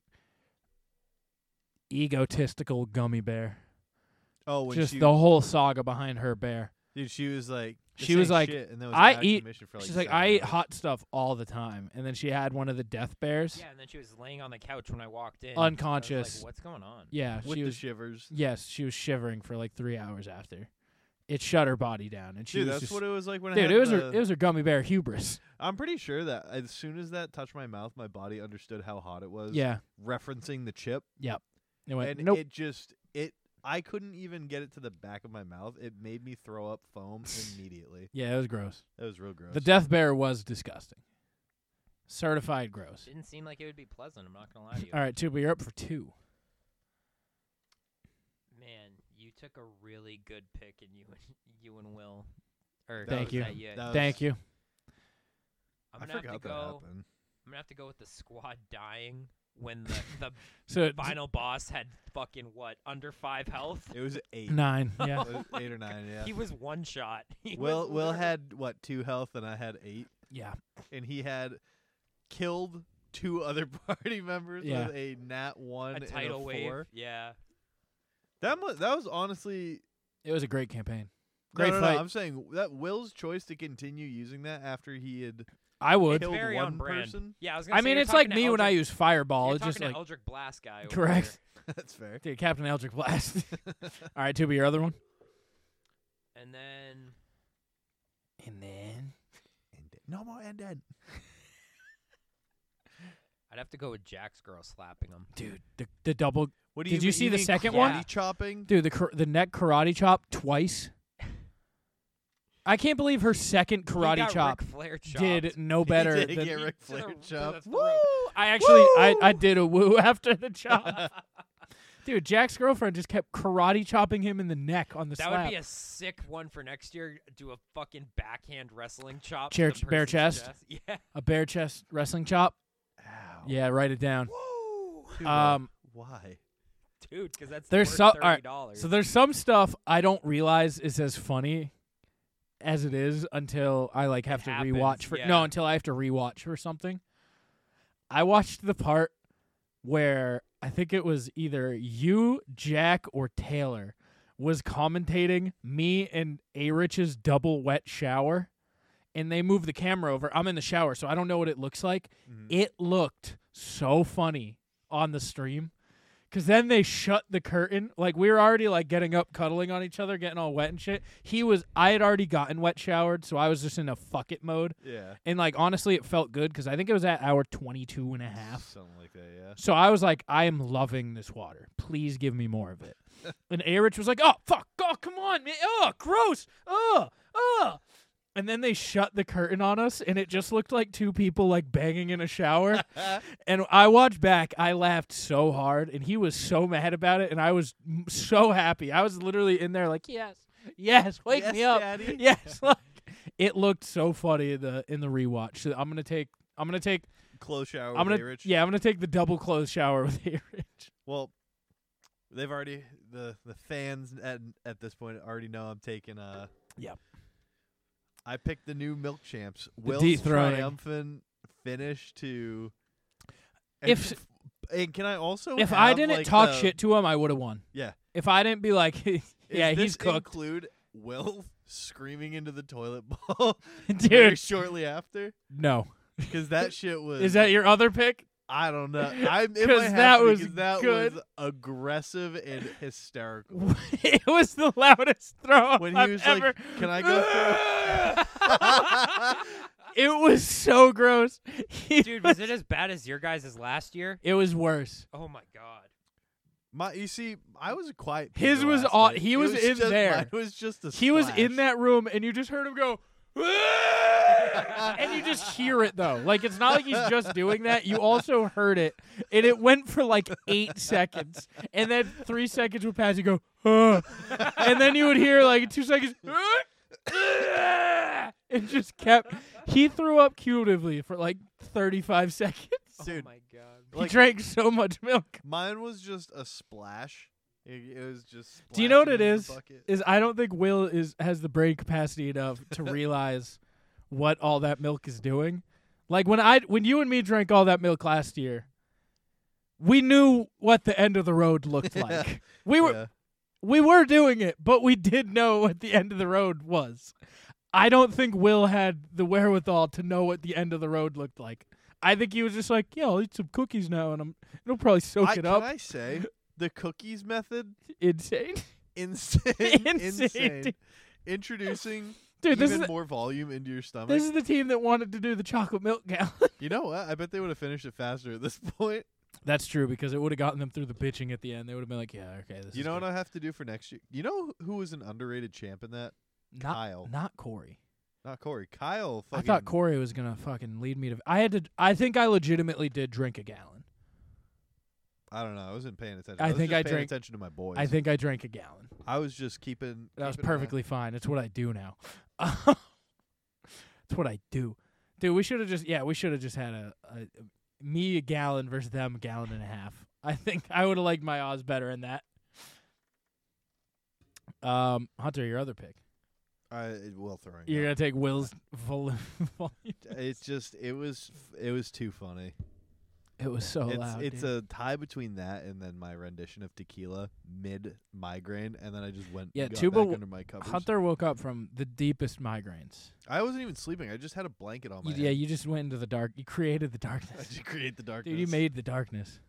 Speaker 3: egotistical gummy bear.
Speaker 1: after? Oh, when
Speaker 3: Just
Speaker 1: she,
Speaker 3: the whole saga behind her bear.
Speaker 1: dude, she was like. this
Speaker 3: She was
Speaker 1: ain't
Speaker 3: like,
Speaker 1: shit, and that was
Speaker 3: I
Speaker 1: out of
Speaker 3: eat-
Speaker 1: commission For like
Speaker 3: She's like,
Speaker 1: seven
Speaker 3: I eat
Speaker 1: hours.
Speaker 3: hot stuff all the time. And then she had one of the death bears.
Speaker 2: Yeah, and then she was laying on the couch when I walked in, I was
Speaker 3: Unconscious.
Speaker 2: like, What's going on?
Speaker 3: Yeah,
Speaker 1: with
Speaker 3: she
Speaker 1: the
Speaker 3: was.
Speaker 1: shivers.
Speaker 3: yes, she was shivering for like three hours after. it shut her body down, and she
Speaker 1: Dude,
Speaker 3: was
Speaker 1: that's
Speaker 3: just
Speaker 1: what it was like when I
Speaker 3: dude.
Speaker 1: had
Speaker 3: It was
Speaker 1: the,
Speaker 3: her, it was her gummy
Speaker 1: [laughs]
Speaker 3: bear hubris.
Speaker 1: I'm pretty sure that as soon as that touched my mouth, my body understood how hot it was.
Speaker 3: Yeah,
Speaker 1: Referencing the chip.
Speaker 3: yep. It went,
Speaker 1: and
Speaker 3: nope.
Speaker 1: it just it I couldn't even get it to the back of my mouth. It made me throw up
Speaker 3: [laughs]
Speaker 1: foam immediately.
Speaker 3: yeah, it was gross.
Speaker 1: That was real gross.
Speaker 3: The death bear was disgusting. Certified gross.
Speaker 2: Didn't seem like it would be pleasant. I'm not gonna lie to you.
Speaker 3: All right, Tuba, you're up for two.
Speaker 2: Man, you took a really good pick, and you and you and Will. Or
Speaker 1: That
Speaker 3: Thank
Speaker 2: was
Speaker 3: you.
Speaker 2: that you?
Speaker 1: That was-
Speaker 3: Thank you.
Speaker 2: I'm
Speaker 1: I
Speaker 2: gonna
Speaker 1: forgot
Speaker 2: have to
Speaker 1: that
Speaker 2: go.
Speaker 1: happened.
Speaker 2: I'm gonna have to go with the squad dying when the
Speaker 3: So
Speaker 2: the [laughs] final boss had fucking what under five health.
Speaker 1: It was eight.
Speaker 3: nine. Yeah.
Speaker 2: [laughs]
Speaker 1: It was eight or nine, yeah.
Speaker 2: He was one shot. [laughs] He
Speaker 1: Will
Speaker 2: was
Speaker 1: Will
Speaker 2: literally-
Speaker 1: had what, two health and I had eight.
Speaker 3: yeah.
Speaker 1: And he had killed two other [laughs] party members
Speaker 3: Yeah.
Speaker 1: with a Nat one
Speaker 2: a
Speaker 1: and
Speaker 2: tidal
Speaker 1: a
Speaker 2: wave.
Speaker 1: four.
Speaker 2: Yeah.
Speaker 1: That was that was honestly
Speaker 3: It was a great campaign.
Speaker 1: no,
Speaker 3: Great
Speaker 1: no, no,
Speaker 3: fight.
Speaker 1: I'm saying that Will's choice to continue using that after he had [laughs]
Speaker 3: I would.
Speaker 1: Killed
Speaker 2: Very on
Speaker 1: one
Speaker 2: brand.
Speaker 1: person?
Speaker 2: Yeah, I was gonna
Speaker 3: I
Speaker 2: say,
Speaker 3: mean,
Speaker 2: you're
Speaker 3: it's like
Speaker 2: talking to
Speaker 3: me when I
Speaker 2: Eldrick-
Speaker 3: use Fireball.
Speaker 2: You're
Speaker 3: it's just
Speaker 2: talking
Speaker 3: like
Speaker 2: to Eldric Blast guy. over
Speaker 3: correct.
Speaker 1: that's fair. [laughs]
Speaker 3: [laughs] Dude, Captain Eldrick Blast. All right, Tuba, your other one.
Speaker 2: there. And then
Speaker 3: And then
Speaker 1: No more undead.
Speaker 2: I'd have to go with Jack's girl slapping him.
Speaker 3: dude, the, the double
Speaker 1: What do
Speaker 3: Did you
Speaker 1: mean-
Speaker 3: see the
Speaker 1: mean
Speaker 3: second
Speaker 1: karate
Speaker 3: one?
Speaker 1: chopping?
Speaker 3: dude, the kar- the neck karate chop twice. I can't believe her second
Speaker 2: he
Speaker 3: [laughs] karate
Speaker 2: got
Speaker 3: chop
Speaker 2: Ric Flair chopped. [laughs]
Speaker 3: did no better
Speaker 1: He did
Speaker 3: than
Speaker 1: get [laughs] Ric
Speaker 2: To the-
Speaker 1: Flair
Speaker 2: to the
Speaker 1: chopped.
Speaker 2: throat.
Speaker 1: Woo!
Speaker 3: I actually I, I did a woo [laughs] after the chop. Dude, Jack's girlfriend just kept karate chopping him in the neck on the
Speaker 2: That
Speaker 3: slap.
Speaker 2: would be a sick one for next year. Do a fucking backhand wrestling chop. to
Speaker 3: Chair-
Speaker 2: the
Speaker 3: bare
Speaker 2: person's
Speaker 3: chest?
Speaker 2: [laughs] Yeah.
Speaker 3: a bear chest wrestling chop.
Speaker 1: Oh.
Speaker 3: Yeah, write it down.
Speaker 2: Woo,
Speaker 1: Dude,
Speaker 3: Um,
Speaker 1: [laughs] why?
Speaker 2: dude, because that's
Speaker 3: There's
Speaker 2: worth
Speaker 3: so all
Speaker 2: thirty
Speaker 3: right,
Speaker 2: dollars.
Speaker 3: so there's some stuff I don't realize is as funny as it is until I like have to
Speaker 2: happens,
Speaker 3: rewatch for
Speaker 2: yeah.
Speaker 3: no until I have to rewatch or something. I watched the part where I think it was either you, Jack, or Taylor was commentating me and A Rich's double wet shower, and they moved the camera over. I'm in the shower, so I don't know what it looks like.
Speaker 2: Mm-hmm.
Speaker 3: It looked so funny on the stream. Cause then they shut the curtain. Like we were already like getting up, cuddling on each other, getting all wet and shit. He was. I had already gotten wet showered, so I was just in a fuck it mode.
Speaker 1: Yeah,
Speaker 3: And like honestly, it felt good because I think it was at hour 22 and a half.
Speaker 1: something like that. Yeah.
Speaker 3: So I was like, I am loving this water. Please give me more of it. and Erich was like, Oh fuck! Oh come on, man! Oh gross! Oh oh! And then they shut the curtain on us, and it just looked like two people like banging in a shower. and I watched back. I laughed so hard, and he was so mad about it, and I was m- so happy. I was literally in there like, yes, yes, wake
Speaker 1: Yes,
Speaker 3: me up,
Speaker 1: Daddy.
Speaker 3: [laughs] yes. Like, it looked so funny in the in the rewatch. So I'm gonna take. I'm gonna take.
Speaker 1: Close shower.
Speaker 3: I'm
Speaker 1: with
Speaker 3: gonna.
Speaker 1: Erich.
Speaker 3: Yeah, I'm gonna take the double clothes shower [laughs] with Erich.
Speaker 1: Well, they've already the the fans at at this point already know I'm taking. Uh.
Speaker 3: Yep.
Speaker 1: I picked the new milk champs. Will's
Speaker 3: dethroning.
Speaker 1: triumphant finish to.
Speaker 3: If-
Speaker 1: and, and can I also?
Speaker 3: If I
Speaker 1: have,
Speaker 3: didn't
Speaker 1: like,
Speaker 3: talk
Speaker 1: the-
Speaker 3: shit to him, I would have won.
Speaker 1: Yeah.
Speaker 3: If I didn't be like, [laughs]
Speaker 1: Is
Speaker 3: yeah,
Speaker 1: this
Speaker 3: he's cooked.
Speaker 1: Include Will screaming into the toilet bowl [laughs] very
Speaker 3: [laughs] Dude,
Speaker 1: shortly after
Speaker 3: no.
Speaker 1: because
Speaker 3: [laughs]
Speaker 1: that shit was.
Speaker 3: Is that your other pick? [laughs]
Speaker 1: I don't know. I'm it
Speaker 3: 'Cause
Speaker 1: might have
Speaker 3: that
Speaker 1: to be
Speaker 3: was
Speaker 1: 'cause that
Speaker 3: good.
Speaker 1: was aggressive and hysterical.
Speaker 3: it was the loudest throw up [laughs]
Speaker 1: When he
Speaker 3: I've
Speaker 1: was
Speaker 3: ever.
Speaker 1: like, "Can I go
Speaker 3: [laughs]
Speaker 1: through?"
Speaker 3: it was so gross. [laughs] He
Speaker 2: dude, was it as bad as your guys' as last year?
Speaker 3: It was worse.
Speaker 2: Oh my god.
Speaker 1: My, you see, I was a quiet.
Speaker 3: His
Speaker 1: people
Speaker 3: was
Speaker 1: last
Speaker 3: aw-
Speaker 1: night.
Speaker 3: he
Speaker 1: It
Speaker 3: was in
Speaker 1: just,
Speaker 3: there.
Speaker 1: mine was just a.
Speaker 3: He was in
Speaker 1: splash.
Speaker 3: that room, and you just heard him go. and you just hear it though. Like it's not like he's just doing that. You also heard it, and it went for like eight seconds, and then three seconds would pass. You go, "Huh." and then you would hear like two seconds. it just kept. He threw up cumulatively for like thirty-five seconds.
Speaker 1: dude.
Speaker 2: oh my god.
Speaker 1: like,
Speaker 3: he drank so much milk.
Speaker 1: Mine was just a splash. It, it was just.
Speaker 3: Do you know what
Speaker 1: splashing
Speaker 3: it
Speaker 1: in the
Speaker 3: is?
Speaker 1: bucket.
Speaker 3: Is I don't think Will is has the brain capacity
Speaker 1: [laughs]
Speaker 3: enough to realize what all that milk is doing. Like when I when you and me drank all that milk last year, we knew what the end of the road
Speaker 1: [laughs]
Speaker 3: looked
Speaker 1: Yeah.
Speaker 3: like. We were
Speaker 1: Yeah.
Speaker 3: we were doing it, but we did know what the end of the road was. I don't think Will had the wherewithal to know what the end of the road looked like. I think he was just like, "Yeah, I'll eat some cookies now, and I'm it'll probably soak
Speaker 1: I,
Speaker 3: it
Speaker 1: can
Speaker 3: up."
Speaker 1: I
Speaker 3: [laughs]
Speaker 1: say the cookies method
Speaker 3: Insane. [laughs]
Speaker 1: insane,
Speaker 3: Insane,
Speaker 1: insane.
Speaker 3: dude.
Speaker 1: introducing
Speaker 3: Dude, this
Speaker 1: even
Speaker 3: is the-
Speaker 1: more volume into your stomach.
Speaker 3: This is the team that wanted to do the chocolate milk gallon. [laughs]
Speaker 1: you know what? I bet they would have finished it faster at this [laughs] point.
Speaker 3: That's true because it would have gotten them through the bitching at the end. They would have been like, "Yeah, okay, this
Speaker 1: You
Speaker 3: is
Speaker 1: know
Speaker 3: good.
Speaker 1: what I have to do for next year? You know who was an underrated champ in that?
Speaker 3: not
Speaker 1: Kyle.
Speaker 3: not Corey.
Speaker 1: Not Corey. Kyle. Fucking,
Speaker 3: I thought Corey was gonna fucking lead me to. I had to. I think I legitimately did drink a gallon.
Speaker 1: I don't know. I wasn't paying attention.
Speaker 3: I
Speaker 1: was
Speaker 3: think
Speaker 1: just
Speaker 3: I
Speaker 1: paying
Speaker 3: drank-
Speaker 1: attention to my boys.
Speaker 3: I think I drank a gallon.
Speaker 1: I was just keeping.
Speaker 3: That was
Speaker 1: keeping an eye.
Speaker 3: perfectly fine. It's what I do now. [laughs] It's what I do, dude. We should have just yeah. We should have just had a, a me a gallon versus them a gallon and a half. [laughs] I think I would have liked my odds better in that. Um, Hunter, your other pick.
Speaker 1: I it will throwing.
Speaker 3: You're
Speaker 1: up.
Speaker 3: gonna take Will's [laughs] volume.
Speaker 1: It's just [laughs] it was f- it was too funny.
Speaker 3: it was so
Speaker 1: it's
Speaker 3: loud.
Speaker 1: it's
Speaker 3: dude.
Speaker 1: a tie between that and then my rendition of tequila mid migraine, and then I just went
Speaker 3: Yeah,
Speaker 1: got
Speaker 3: Tuba
Speaker 1: back
Speaker 3: w-
Speaker 1: under my covers.
Speaker 3: Hunter woke up from the deepest migraines.
Speaker 1: I wasn't even sleeping. I just had a blanket on Oh my.
Speaker 3: You, yeah,
Speaker 1: head.
Speaker 3: you just went into the dark. You created
Speaker 1: [laughs]
Speaker 3: the
Speaker 1: I [laughs]
Speaker 3: darkness,
Speaker 1: just create the darkness.
Speaker 3: dude. You made the darkness.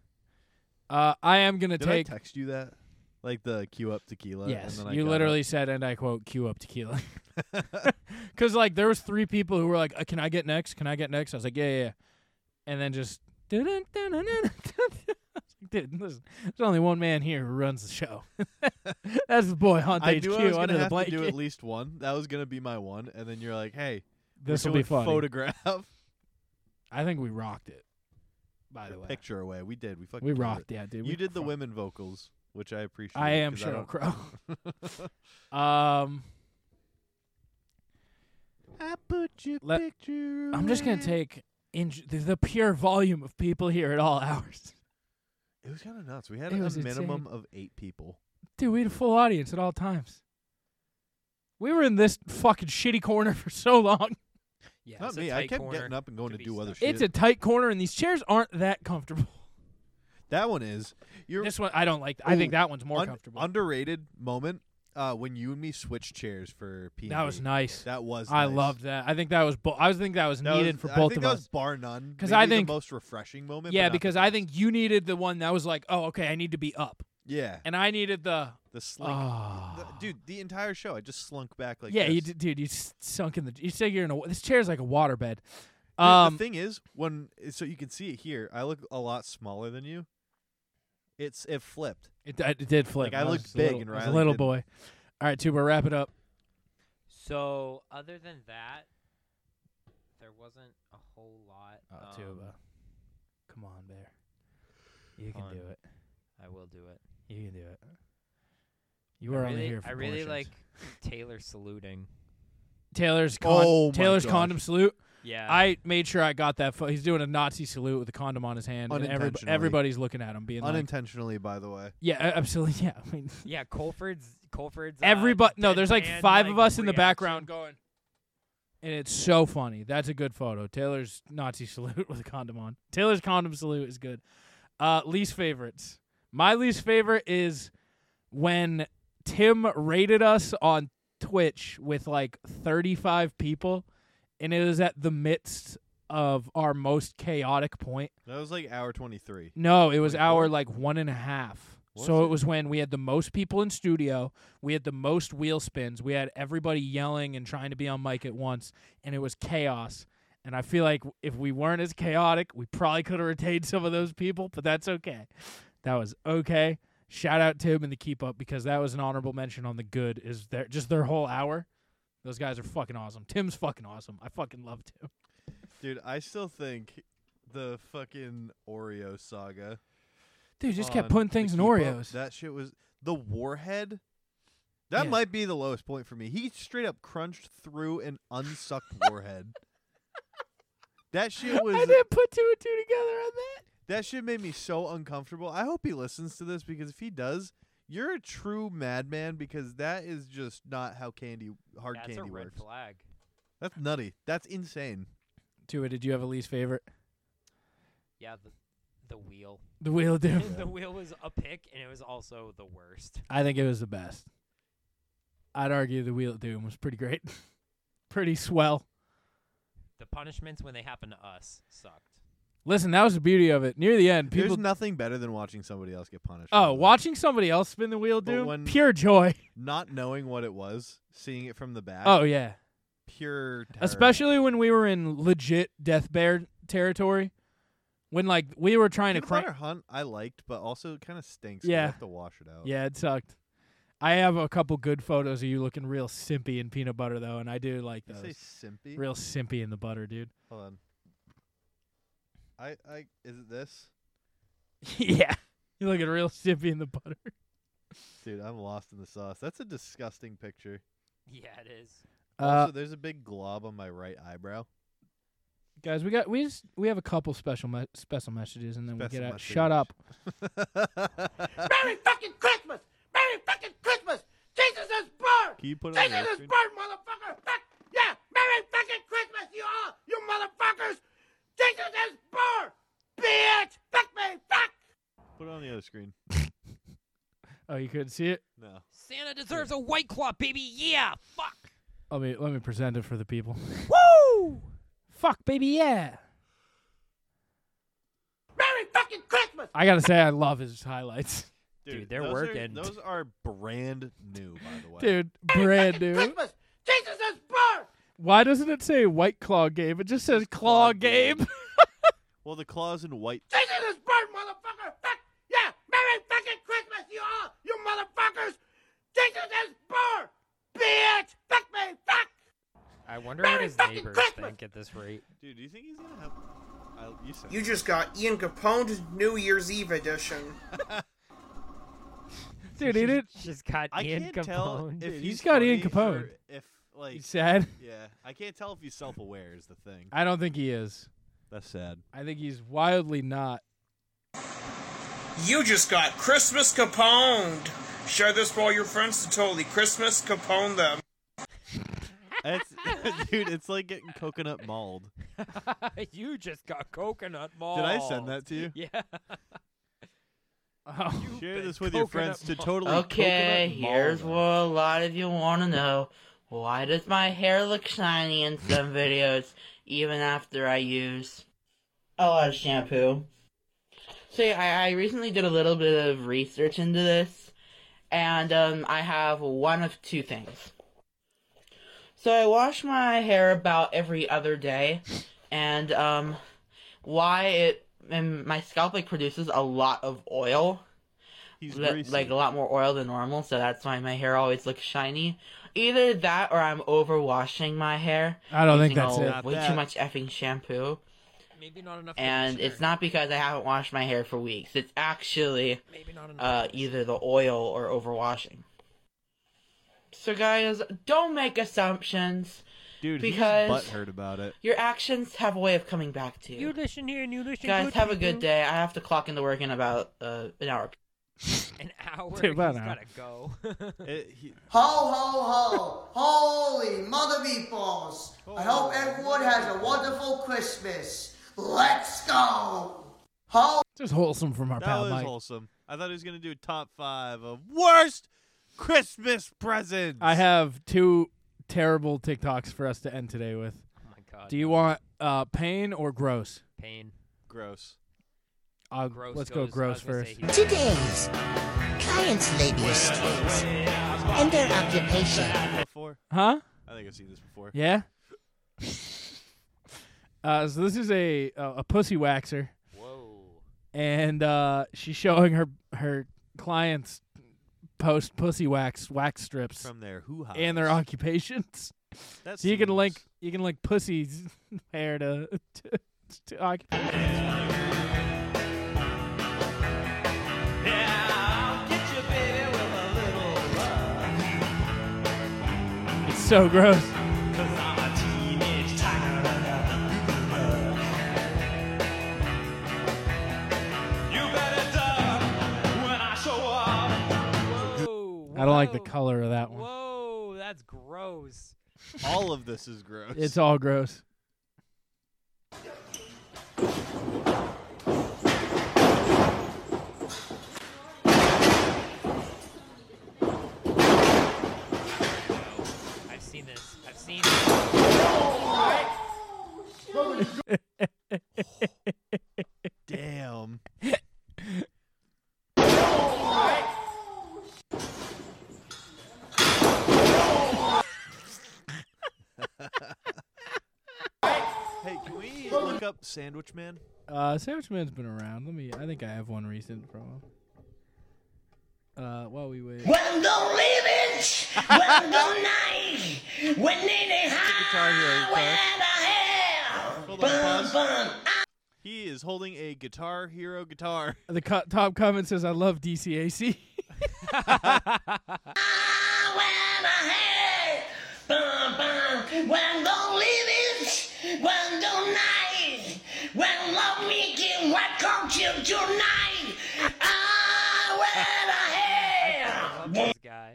Speaker 3: Uh, I am gonna
Speaker 1: Did
Speaker 3: take.
Speaker 1: I text you that? Like the cue up tequila.
Speaker 3: Yes,
Speaker 1: and then I
Speaker 3: you
Speaker 1: got [laughs]
Speaker 3: literally
Speaker 1: it.
Speaker 3: said, and I quote, "Cue up tequila," [laughs] because like there was three people who were like, uh, "Can I get next? Can I get next?" I was like, "Yeah, yeah,", yeah." and then just. [laughs] dun-dun, dun-dun, dun-dun, dun-dun. I was like, Dude, listen, there's only one man here who runs the show. [laughs] That's the boy Hunt
Speaker 1: I
Speaker 3: HQ
Speaker 1: knew I was gonna
Speaker 3: under the
Speaker 1: have to do
Speaker 3: blanket.
Speaker 1: at least one. That was gonna be my one, and then you're like, "Hey,
Speaker 3: This
Speaker 1: will
Speaker 3: will be funny.
Speaker 1: Photograph
Speaker 3: I think we rocked it. By
Speaker 1: [laughs]
Speaker 3: the
Speaker 1: Your
Speaker 3: way,
Speaker 1: picture away. We did. We fucking
Speaker 3: we
Speaker 1: killed it.
Speaker 3: rocked. Yeah, dude.
Speaker 1: You
Speaker 3: we
Speaker 1: did the
Speaker 3: fuck-
Speaker 1: women vocals, which I appreciate.
Speaker 3: I am
Speaker 1: 'cause
Speaker 3: Cheryl
Speaker 1: don't-
Speaker 3: Crow.
Speaker 1: [laughs]
Speaker 3: [laughs] Um,
Speaker 1: I put your
Speaker 3: Let-
Speaker 1: picture.
Speaker 3: I'm just gonna
Speaker 1: away.
Speaker 3: take in the, the pure volume of people here at all hours. [laughs]
Speaker 1: It was kind of nuts. We had
Speaker 3: It
Speaker 1: a
Speaker 3: was
Speaker 1: minimum of eight people.
Speaker 3: Dude, we had a full audience at all times. We were in this fucking shitty corner for so long.
Speaker 2: Yeah,
Speaker 1: Not
Speaker 2: it's a
Speaker 1: me. I
Speaker 2: tight
Speaker 1: kept
Speaker 2: corner.
Speaker 1: getting up and going
Speaker 2: Could
Speaker 1: to
Speaker 2: be
Speaker 1: do other
Speaker 2: stuck.
Speaker 1: shit.
Speaker 3: It's a tight corner, and these chairs aren't that comfortable.
Speaker 1: that one is. You're
Speaker 3: This one I don't like. I think
Speaker 1: Ooh,
Speaker 3: that one's more
Speaker 1: un-
Speaker 3: comfortable.
Speaker 1: Underrated moment uh, when you and me switched chairs for P.
Speaker 3: that was nice.
Speaker 1: That was.
Speaker 3: I
Speaker 1: nice.
Speaker 3: loved that. I think that was. Bo- I was think that was
Speaker 1: That
Speaker 3: needed
Speaker 1: was-
Speaker 3: for
Speaker 1: I
Speaker 3: both
Speaker 1: think
Speaker 3: of
Speaker 1: that
Speaker 3: us.
Speaker 1: was bar none.
Speaker 3: 'Cause
Speaker 1: Maybe
Speaker 3: I think-
Speaker 1: the most refreshing moment. but
Speaker 3: yeah,
Speaker 1: not the
Speaker 3: because I
Speaker 1: best.
Speaker 3: think you needed the one that was like, oh, okay, I need to be up,
Speaker 1: Yeah,
Speaker 3: and I needed the.
Speaker 1: the slink.
Speaker 3: Ah.
Speaker 1: the- dude, the entire show, I just slunk back like.
Speaker 3: yeah, you
Speaker 1: this.
Speaker 3: did, dude, you s- sunk in the. You say you're in a. wa- This chair's like a waterbed.
Speaker 1: Dude,
Speaker 3: Um,
Speaker 1: the thing is, when so you can see it here, I look a lot smaller than you. It's it flipped.
Speaker 3: it, I- it did flip.
Speaker 1: Like, I
Speaker 3: was
Speaker 1: looked
Speaker 3: just a
Speaker 1: big
Speaker 3: little,
Speaker 1: and
Speaker 3: I was a
Speaker 1: Riley
Speaker 3: little
Speaker 1: didn't.
Speaker 3: boy. All right, Tuba, wrap it up.
Speaker 2: So other than that, there wasn't a whole lot. um,
Speaker 3: Oh, come on, Bear. You can
Speaker 2: on.
Speaker 3: do it.
Speaker 2: I will do it.
Speaker 3: You can do it. You
Speaker 2: I
Speaker 3: are
Speaker 2: really,
Speaker 3: only here for
Speaker 2: I really
Speaker 3: portions.
Speaker 2: like Taylor saluting.
Speaker 3: Taylor's con-
Speaker 1: Oh my
Speaker 3: Taylor's
Speaker 1: gosh.
Speaker 3: condom salute.
Speaker 2: Yeah,
Speaker 3: I made sure I got that. Fo- he's doing a Nazi salute with a condom on his hand, and everyb-
Speaker 1: Unintentionally.
Speaker 3: everybody's looking at him, being like,
Speaker 1: Unintentionally, by the way.
Speaker 3: "Yeah, a- absolutely, [laughs] yeah." I mean,
Speaker 2: yeah. Colford's Colford's. uh,
Speaker 3: everybody. No, there's like
Speaker 2: deadpan,
Speaker 3: five
Speaker 2: like,
Speaker 3: of us in the
Speaker 2: reaction.
Speaker 3: background going, and it's so funny. That's a good photo. Taylor's Nazi [laughs] salute with a condom on. Taylor's condom salute is good. Uh, least favorites. My least favorite is when Tim rated us on Twitch with like 35 people, and it was at the midst of our most chaotic point.
Speaker 1: That was like hour twenty three.
Speaker 3: No, it was
Speaker 1: Like
Speaker 3: our
Speaker 1: what?
Speaker 3: like one and a half.
Speaker 1: Was
Speaker 3: so it?
Speaker 1: it?
Speaker 3: was when we had the most people in studio, we had the most wheel spins, we had everybody yelling and trying to be on mic at once, and it was chaos. And I feel like if we weren't as chaotic, we probably could have retained some of those people, but that's okay. That was okay. Shout out Tim and the keep up because that was an honorable mention on the good is their just their whole hour. Those guys are fucking awesome. Tim's fucking awesome. I fucking love Tim.
Speaker 1: Dude, I still think the fucking Oreo saga.
Speaker 3: Dude, just kept
Speaker 1: on Uh,
Speaker 3: putting
Speaker 1: the
Speaker 3: things in
Speaker 1: Keep Up,
Speaker 3: Oreos.
Speaker 1: that shit was the warhead. That
Speaker 3: Yeah.
Speaker 1: might be the lowest point for me. He straight up crunched through an unsucked warhead.
Speaker 3: [laughs]
Speaker 1: That shit was
Speaker 3: I didn't put two and two together on that.
Speaker 1: That shit made me so uncomfortable. I hope he listens to this because if he does, you're a true madman because that is just not how candy hard
Speaker 2: That's a
Speaker 1: candy
Speaker 2: red
Speaker 1: works.
Speaker 2: flag.
Speaker 1: That's nutty. That's insane.
Speaker 3: Tua, did you have a least favorite? [laughs]
Speaker 2: Yeah, the
Speaker 1: [laughs]
Speaker 2: the wheel.
Speaker 3: The Wheel of Doom.
Speaker 2: [laughs] the wheel was a pick, and it was also the worst.
Speaker 3: [laughs] I think it was the best. I'd argue the Wheel of Doom was pretty great. [laughs] pretty swell.
Speaker 1: [laughs]
Speaker 2: The punishments when they happen to us sucked.
Speaker 3: Listen, that was the beauty of it. Near the end, people.
Speaker 1: There's nothing better than watching somebody else get punished. by
Speaker 3: oh,
Speaker 1: the way.
Speaker 3: watching somebody else spin the wheel,
Speaker 1: But
Speaker 3: dude.
Speaker 1: when-
Speaker 3: pure joy.
Speaker 1: Not knowing what it was, seeing it from the back.
Speaker 3: Oh yeah.
Speaker 1: pure. Terror.
Speaker 3: Especially when we were in legit death bear territory, when like we were trying to
Speaker 1: Peanut
Speaker 3: crank.
Speaker 1: butter hunt, I liked, but also it kind of stinks. 'cause you
Speaker 3: Yeah.
Speaker 1: have to wash it out.
Speaker 3: Yeah, it sucked. I have a couple good photos of you looking real simpy in peanut butter though, and I do like
Speaker 1: Did
Speaker 3: those.
Speaker 1: you say simpy?
Speaker 3: Real simpy in the butter, dude.
Speaker 1: Hold on. I I is it this?
Speaker 3: yeah, you looking real [laughs] simpy in the butter.
Speaker 1: Dude, I'm lost in the sauce. That's a disgusting picture.
Speaker 2: Yeah, it is.
Speaker 3: Uh,
Speaker 1: also, there's a big glob on my right eyebrow.
Speaker 3: guys, we got we just we have a couple special me- special messages, and then we
Speaker 1: Special
Speaker 3: get out.
Speaker 1: message.
Speaker 3: Shut up.
Speaker 6: Merry fucking Christmas! Merry fucking Christmas! Jesus is born!
Speaker 1: Can you put it on
Speaker 6: Jesus
Speaker 1: the
Speaker 6: is
Speaker 1: screen?
Speaker 6: born, motherfucker! Fuck! Yeah! Merry fucking Christmas, you all! You motherfuckers! Jesus is born! Bitch! Fuck me! Fuck!
Speaker 1: Put it on the other screen.
Speaker 3: Oh, you couldn't see it.
Speaker 1: No.
Speaker 2: Santa deserves a white claw, baby. Yeah, fuck.
Speaker 3: Let me let me present it for the [laughs] people.
Speaker 2: Woo!
Speaker 3: Fuck, baby, yeah.
Speaker 6: Merry fucking Christmas!
Speaker 3: I gotta say, I love
Speaker 1: [laughs]
Speaker 3: his highlights,
Speaker 2: Dude, they're
Speaker 1: those are-
Speaker 2: working.
Speaker 1: those are brand new, by the way.
Speaker 3: dude. Brand new.
Speaker 6: Christmas! Jesus is born!
Speaker 3: Why doesn't it say White Claw Gabe? It just says Claw
Speaker 1: Gabe. [laughs]
Speaker 3: Gabe. [laughs]
Speaker 1: Well, the claws in white.
Speaker 6: Jesus is born, motherfucker! Fuck! Yeah! Merry fucking Christmas, you all! You motherfuckers! Jesus is born! Bitch! Fuck me! Fuck!
Speaker 2: I wonder
Speaker 6: Merry
Speaker 2: what his
Speaker 6: fucking
Speaker 2: neighbors
Speaker 6: Christmas!
Speaker 2: think at this rate.
Speaker 1: Dude, do you think he's gonna have? I, you said.
Speaker 7: You just got Ian Capone's New Year's Eve edition.
Speaker 3: Dude, he did.
Speaker 2: She's got
Speaker 1: I
Speaker 2: Ian
Speaker 1: can't
Speaker 2: Capone.
Speaker 1: tell if
Speaker 2: dude.
Speaker 1: he's,
Speaker 3: he's got Ian
Speaker 1: funny or
Speaker 3: Capone.
Speaker 1: If like,
Speaker 3: He's sad.
Speaker 1: yeah, I can't tell if he's self-aware. Is the thing.
Speaker 3: I don't think he is.
Speaker 1: That's sad.
Speaker 3: I think he's wildly not.
Speaker 7: You just got Christmas Caponed. Share this for all your friends to totally Christmas Capone them.
Speaker 1: It's, [laughs] dude, it's like getting coconut mauled.
Speaker 2: [laughs] you just got coconut
Speaker 1: [laughs]
Speaker 2: mauled.
Speaker 1: Did I send that to you?
Speaker 2: Yeah.
Speaker 3: Oh.
Speaker 1: Share
Speaker 2: big
Speaker 1: this with your
Speaker 2: coconut
Speaker 1: friends to
Speaker 2: maul.
Speaker 1: totally.
Speaker 9: Okay,
Speaker 1: coconut maul
Speaker 9: here's
Speaker 1: them.
Speaker 9: what a lot of you want to know. Why does my hair look shiny in
Speaker 1: [laughs]
Speaker 9: some videos, even after I use a lot of shampoo? See, I, I recently did a little bit of research into this, and um, I have one of two things. So I wash my hair about every other day, and um, why it and my scalp like produces a lot of oil
Speaker 1: He's
Speaker 9: li-
Speaker 1: greasy.
Speaker 9: like a lot more oil than normal, so that's why my hair always looks shiny. Either that, or I'm overwashing my hair.
Speaker 3: I don't think
Speaker 9: using
Speaker 3: that's
Speaker 9: a-
Speaker 3: it.
Speaker 1: Not
Speaker 9: Way
Speaker 1: that.
Speaker 9: too much effing shampoo,
Speaker 2: Maybe not enough.
Speaker 9: and
Speaker 2: conditioner.
Speaker 9: it's not because I haven't washed my hair for weeks. It's actually
Speaker 2: Maybe not enough.
Speaker 9: uh,
Speaker 2: conditioner.
Speaker 9: either the oil or overwashing. So guys, don't make assumptions.
Speaker 1: dude,
Speaker 9: because-
Speaker 1: he's butthurt about
Speaker 9: [laughs]
Speaker 1: it.
Speaker 9: Your actions have a way of coming back to you.
Speaker 2: You listen here and you listen.
Speaker 9: Guys,
Speaker 2: good
Speaker 9: have a
Speaker 2: people.
Speaker 9: good day. I have to clock into work in about uh, an hour.
Speaker 2: An hour.
Speaker 3: Dude, about
Speaker 2: he's
Speaker 3: an hour.
Speaker 2: gotta go. [laughs] Oh
Speaker 1: It- he-
Speaker 10: Ho, ho, ho. Holy mother meatballs. I hope everyone has a wonderful Christmas. Let's go. Ho,
Speaker 3: Just wholesome from our
Speaker 1: that
Speaker 3: pal
Speaker 1: was
Speaker 3: Mike.
Speaker 1: wholesome. I thought he was gonna do a top five of worst Christmas presents.
Speaker 3: I have two terrible TikToks for us to end today with.
Speaker 2: oh my god.
Speaker 3: Do you want uh, pain or gross?
Speaker 2: pain?
Speaker 1: gross.
Speaker 3: Uh,
Speaker 2: Gross.
Speaker 3: let's
Speaker 2: goes,
Speaker 3: go gross
Speaker 2: I was gonna
Speaker 3: first.
Speaker 2: say he's-
Speaker 10: Today's clients' ladies' trades and their occupation.
Speaker 1: Before
Speaker 3: Huh?
Speaker 1: I think I've seen this before.
Speaker 3: Yeah. [laughs] uh, so this is a uh, a pussy waxer,
Speaker 2: Whoa.
Speaker 3: and uh, she's showing her her clients post pussy wax wax strips
Speaker 1: From their hoo ha.
Speaker 3: and their occupations.
Speaker 1: That
Speaker 3: So you can
Speaker 1: seems-
Speaker 3: link you can link pussy's [laughs] hair to to, to occupations. It's so gross.
Speaker 1: [laughs]
Speaker 2: Whoa.
Speaker 3: I don't like the
Speaker 2: whoa,
Speaker 3: color of that one.
Speaker 2: Whoa, that's gross.
Speaker 1: All of this is gross.
Speaker 3: It's all gross.
Speaker 2: I've seen this. I've seen
Speaker 1: [laughs]
Speaker 2: this.
Speaker 1: up Sandwich Man?
Speaker 3: Uh, Sandwich Man's been around. Let me. I think I have one recent from him. Uh, while we wait.
Speaker 11: When the leavage, when the
Speaker 9: [laughs]
Speaker 11: night, when needing high, when the hell, bum, bum,
Speaker 1: He is holding a Guitar Hero
Speaker 3: [laughs]
Speaker 1: guitar.
Speaker 3: The co- top comment says, "I love DCAC." [laughs]
Speaker 11: bum, bum, when the leavage, when the night, when love making, what comes you tonight? Ah, when I
Speaker 2: Love this guy.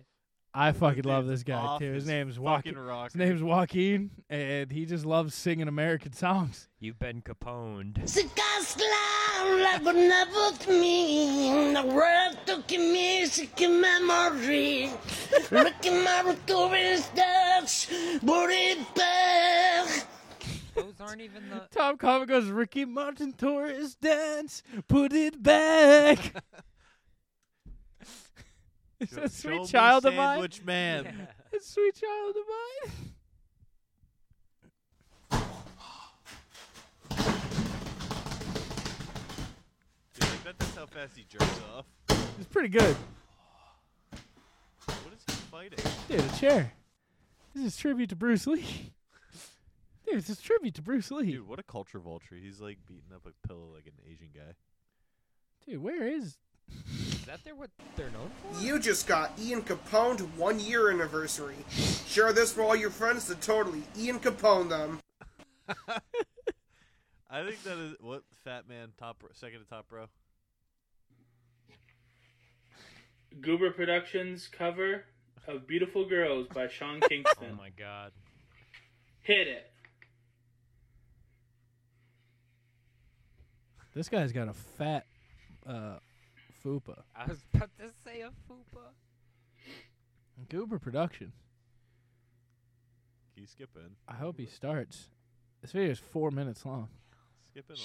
Speaker 3: I fucking love this guy
Speaker 1: off
Speaker 3: too. His
Speaker 1: his
Speaker 3: name's
Speaker 1: fucking
Speaker 3: Joaquin. His name's Joaquin, and he just loves singing American songs.
Speaker 1: [laughs]
Speaker 2: You've been caponed.
Speaker 11: Cigars loud, love will never me. The world took in music and memory. Look at my recording steps, put it back.
Speaker 2: [laughs] Those aren't even the.
Speaker 3: Tom Common goes, Ricky Martin Torres dance, put it
Speaker 1: [laughs]
Speaker 3: back. [laughs] It's
Speaker 1: Show-
Speaker 3: a
Speaker 1: show
Speaker 3: sweet
Speaker 1: me
Speaker 3: child of mine. [laughs]
Speaker 1: Sandwich Man.
Speaker 3: A sweet child of mine.
Speaker 1: Dude, I bet that's how fast he jerks off.
Speaker 3: It's pretty good.
Speaker 1: What is he fighting?
Speaker 3: Dude, a chair. This is tribute to Bruce Lee. [laughs] Dude, it's a tribute to Bruce Lee.
Speaker 1: Dude, what a culture vulture. He's like beating up a pillow like an Asian guy.
Speaker 3: Dude, where is
Speaker 2: Is that their what they're known for?
Speaker 7: You just got Ian Capone's one year anniversary. Share this with all your friends to totally Ian Capone them.
Speaker 1: I think that is what Fat Man top ro- second to top row.
Speaker 12: Goober Productions cover of Beautiful Girls by Sean Kingston.
Speaker 2: [laughs] Oh my god.
Speaker 12: Hit it.
Speaker 3: this guy's got a fat uh fupa.
Speaker 2: I was about to say a fupa.
Speaker 3: Goober production.
Speaker 1: Can you skip in?
Speaker 3: I hope he starts. This video is four minutes long.
Speaker 1: Skip in.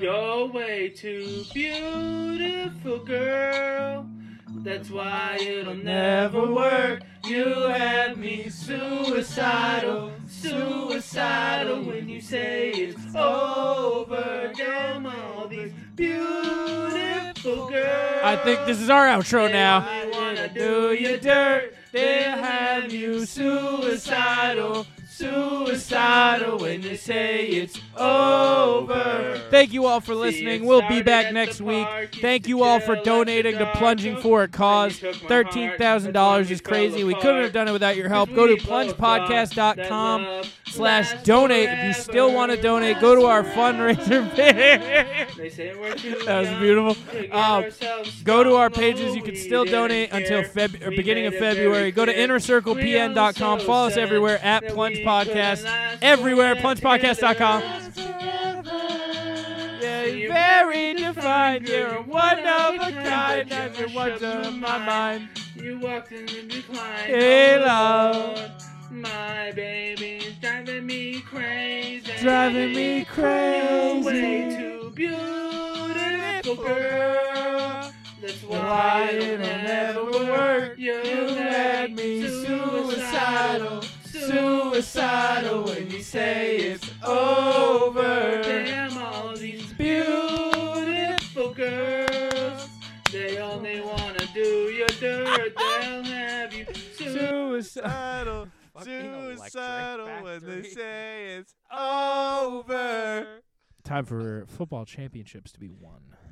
Speaker 12: You're way too beautiful, girl. That's why it'll never work. You had me suicidal, suicidal when you say it's over. Damn all these beautiful girls.
Speaker 3: I think this is our outro now.
Speaker 12: They wanna do you dirt. They'll have you suicidal, suicidal when they say it's over.
Speaker 3: Thank you all for listening. We'll be back next week. Thank you all for donating to Plunging for a Cause. $13,000 is crazy. We couldn't have done it without your help. Go to plungepodcast.com slash donate. If you still want to donate, go to our fundraiser [laughs] page.
Speaker 12: They say we're too
Speaker 3: That was
Speaker 12: young to
Speaker 3: beautiful.
Speaker 12: get
Speaker 3: Um,
Speaker 12: ourselves
Speaker 3: go to our pages. You can still donate until Feb- or beginning of February. Go to innercirclepn.com. Follow us everywhere at Plunge Podcast. Everywhere, plungepodcast.com. Yeah, you're very defined. You're one of a kind. And you're one of my mind.
Speaker 12: You walked in the decline.
Speaker 3: Hey,
Speaker 12: Oh,
Speaker 3: love.
Speaker 12: Lord, My baby's driving me crazy.
Speaker 3: Driving me
Speaker 12: You're way
Speaker 3: crazy.
Speaker 12: too beautiful, girl. That's why
Speaker 3: Why
Speaker 12: it'll
Speaker 3: it'll
Speaker 12: never
Speaker 3: never
Speaker 12: work.
Speaker 3: work.
Speaker 12: You
Speaker 3: You
Speaker 12: had
Speaker 3: had
Speaker 12: me
Speaker 3: me
Speaker 12: suicidal,
Speaker 3: suicidal,
Speaker 12: suicidal when you say it's over. Damn all these beautiful girls. They only wanna do your dirt. They'll have you
Speaker 3: [laughs] Suicidal.
Speaker 1: Suicidal when they say it's
Speaker 12: over.
Speaker 3: Time for football championships to be won.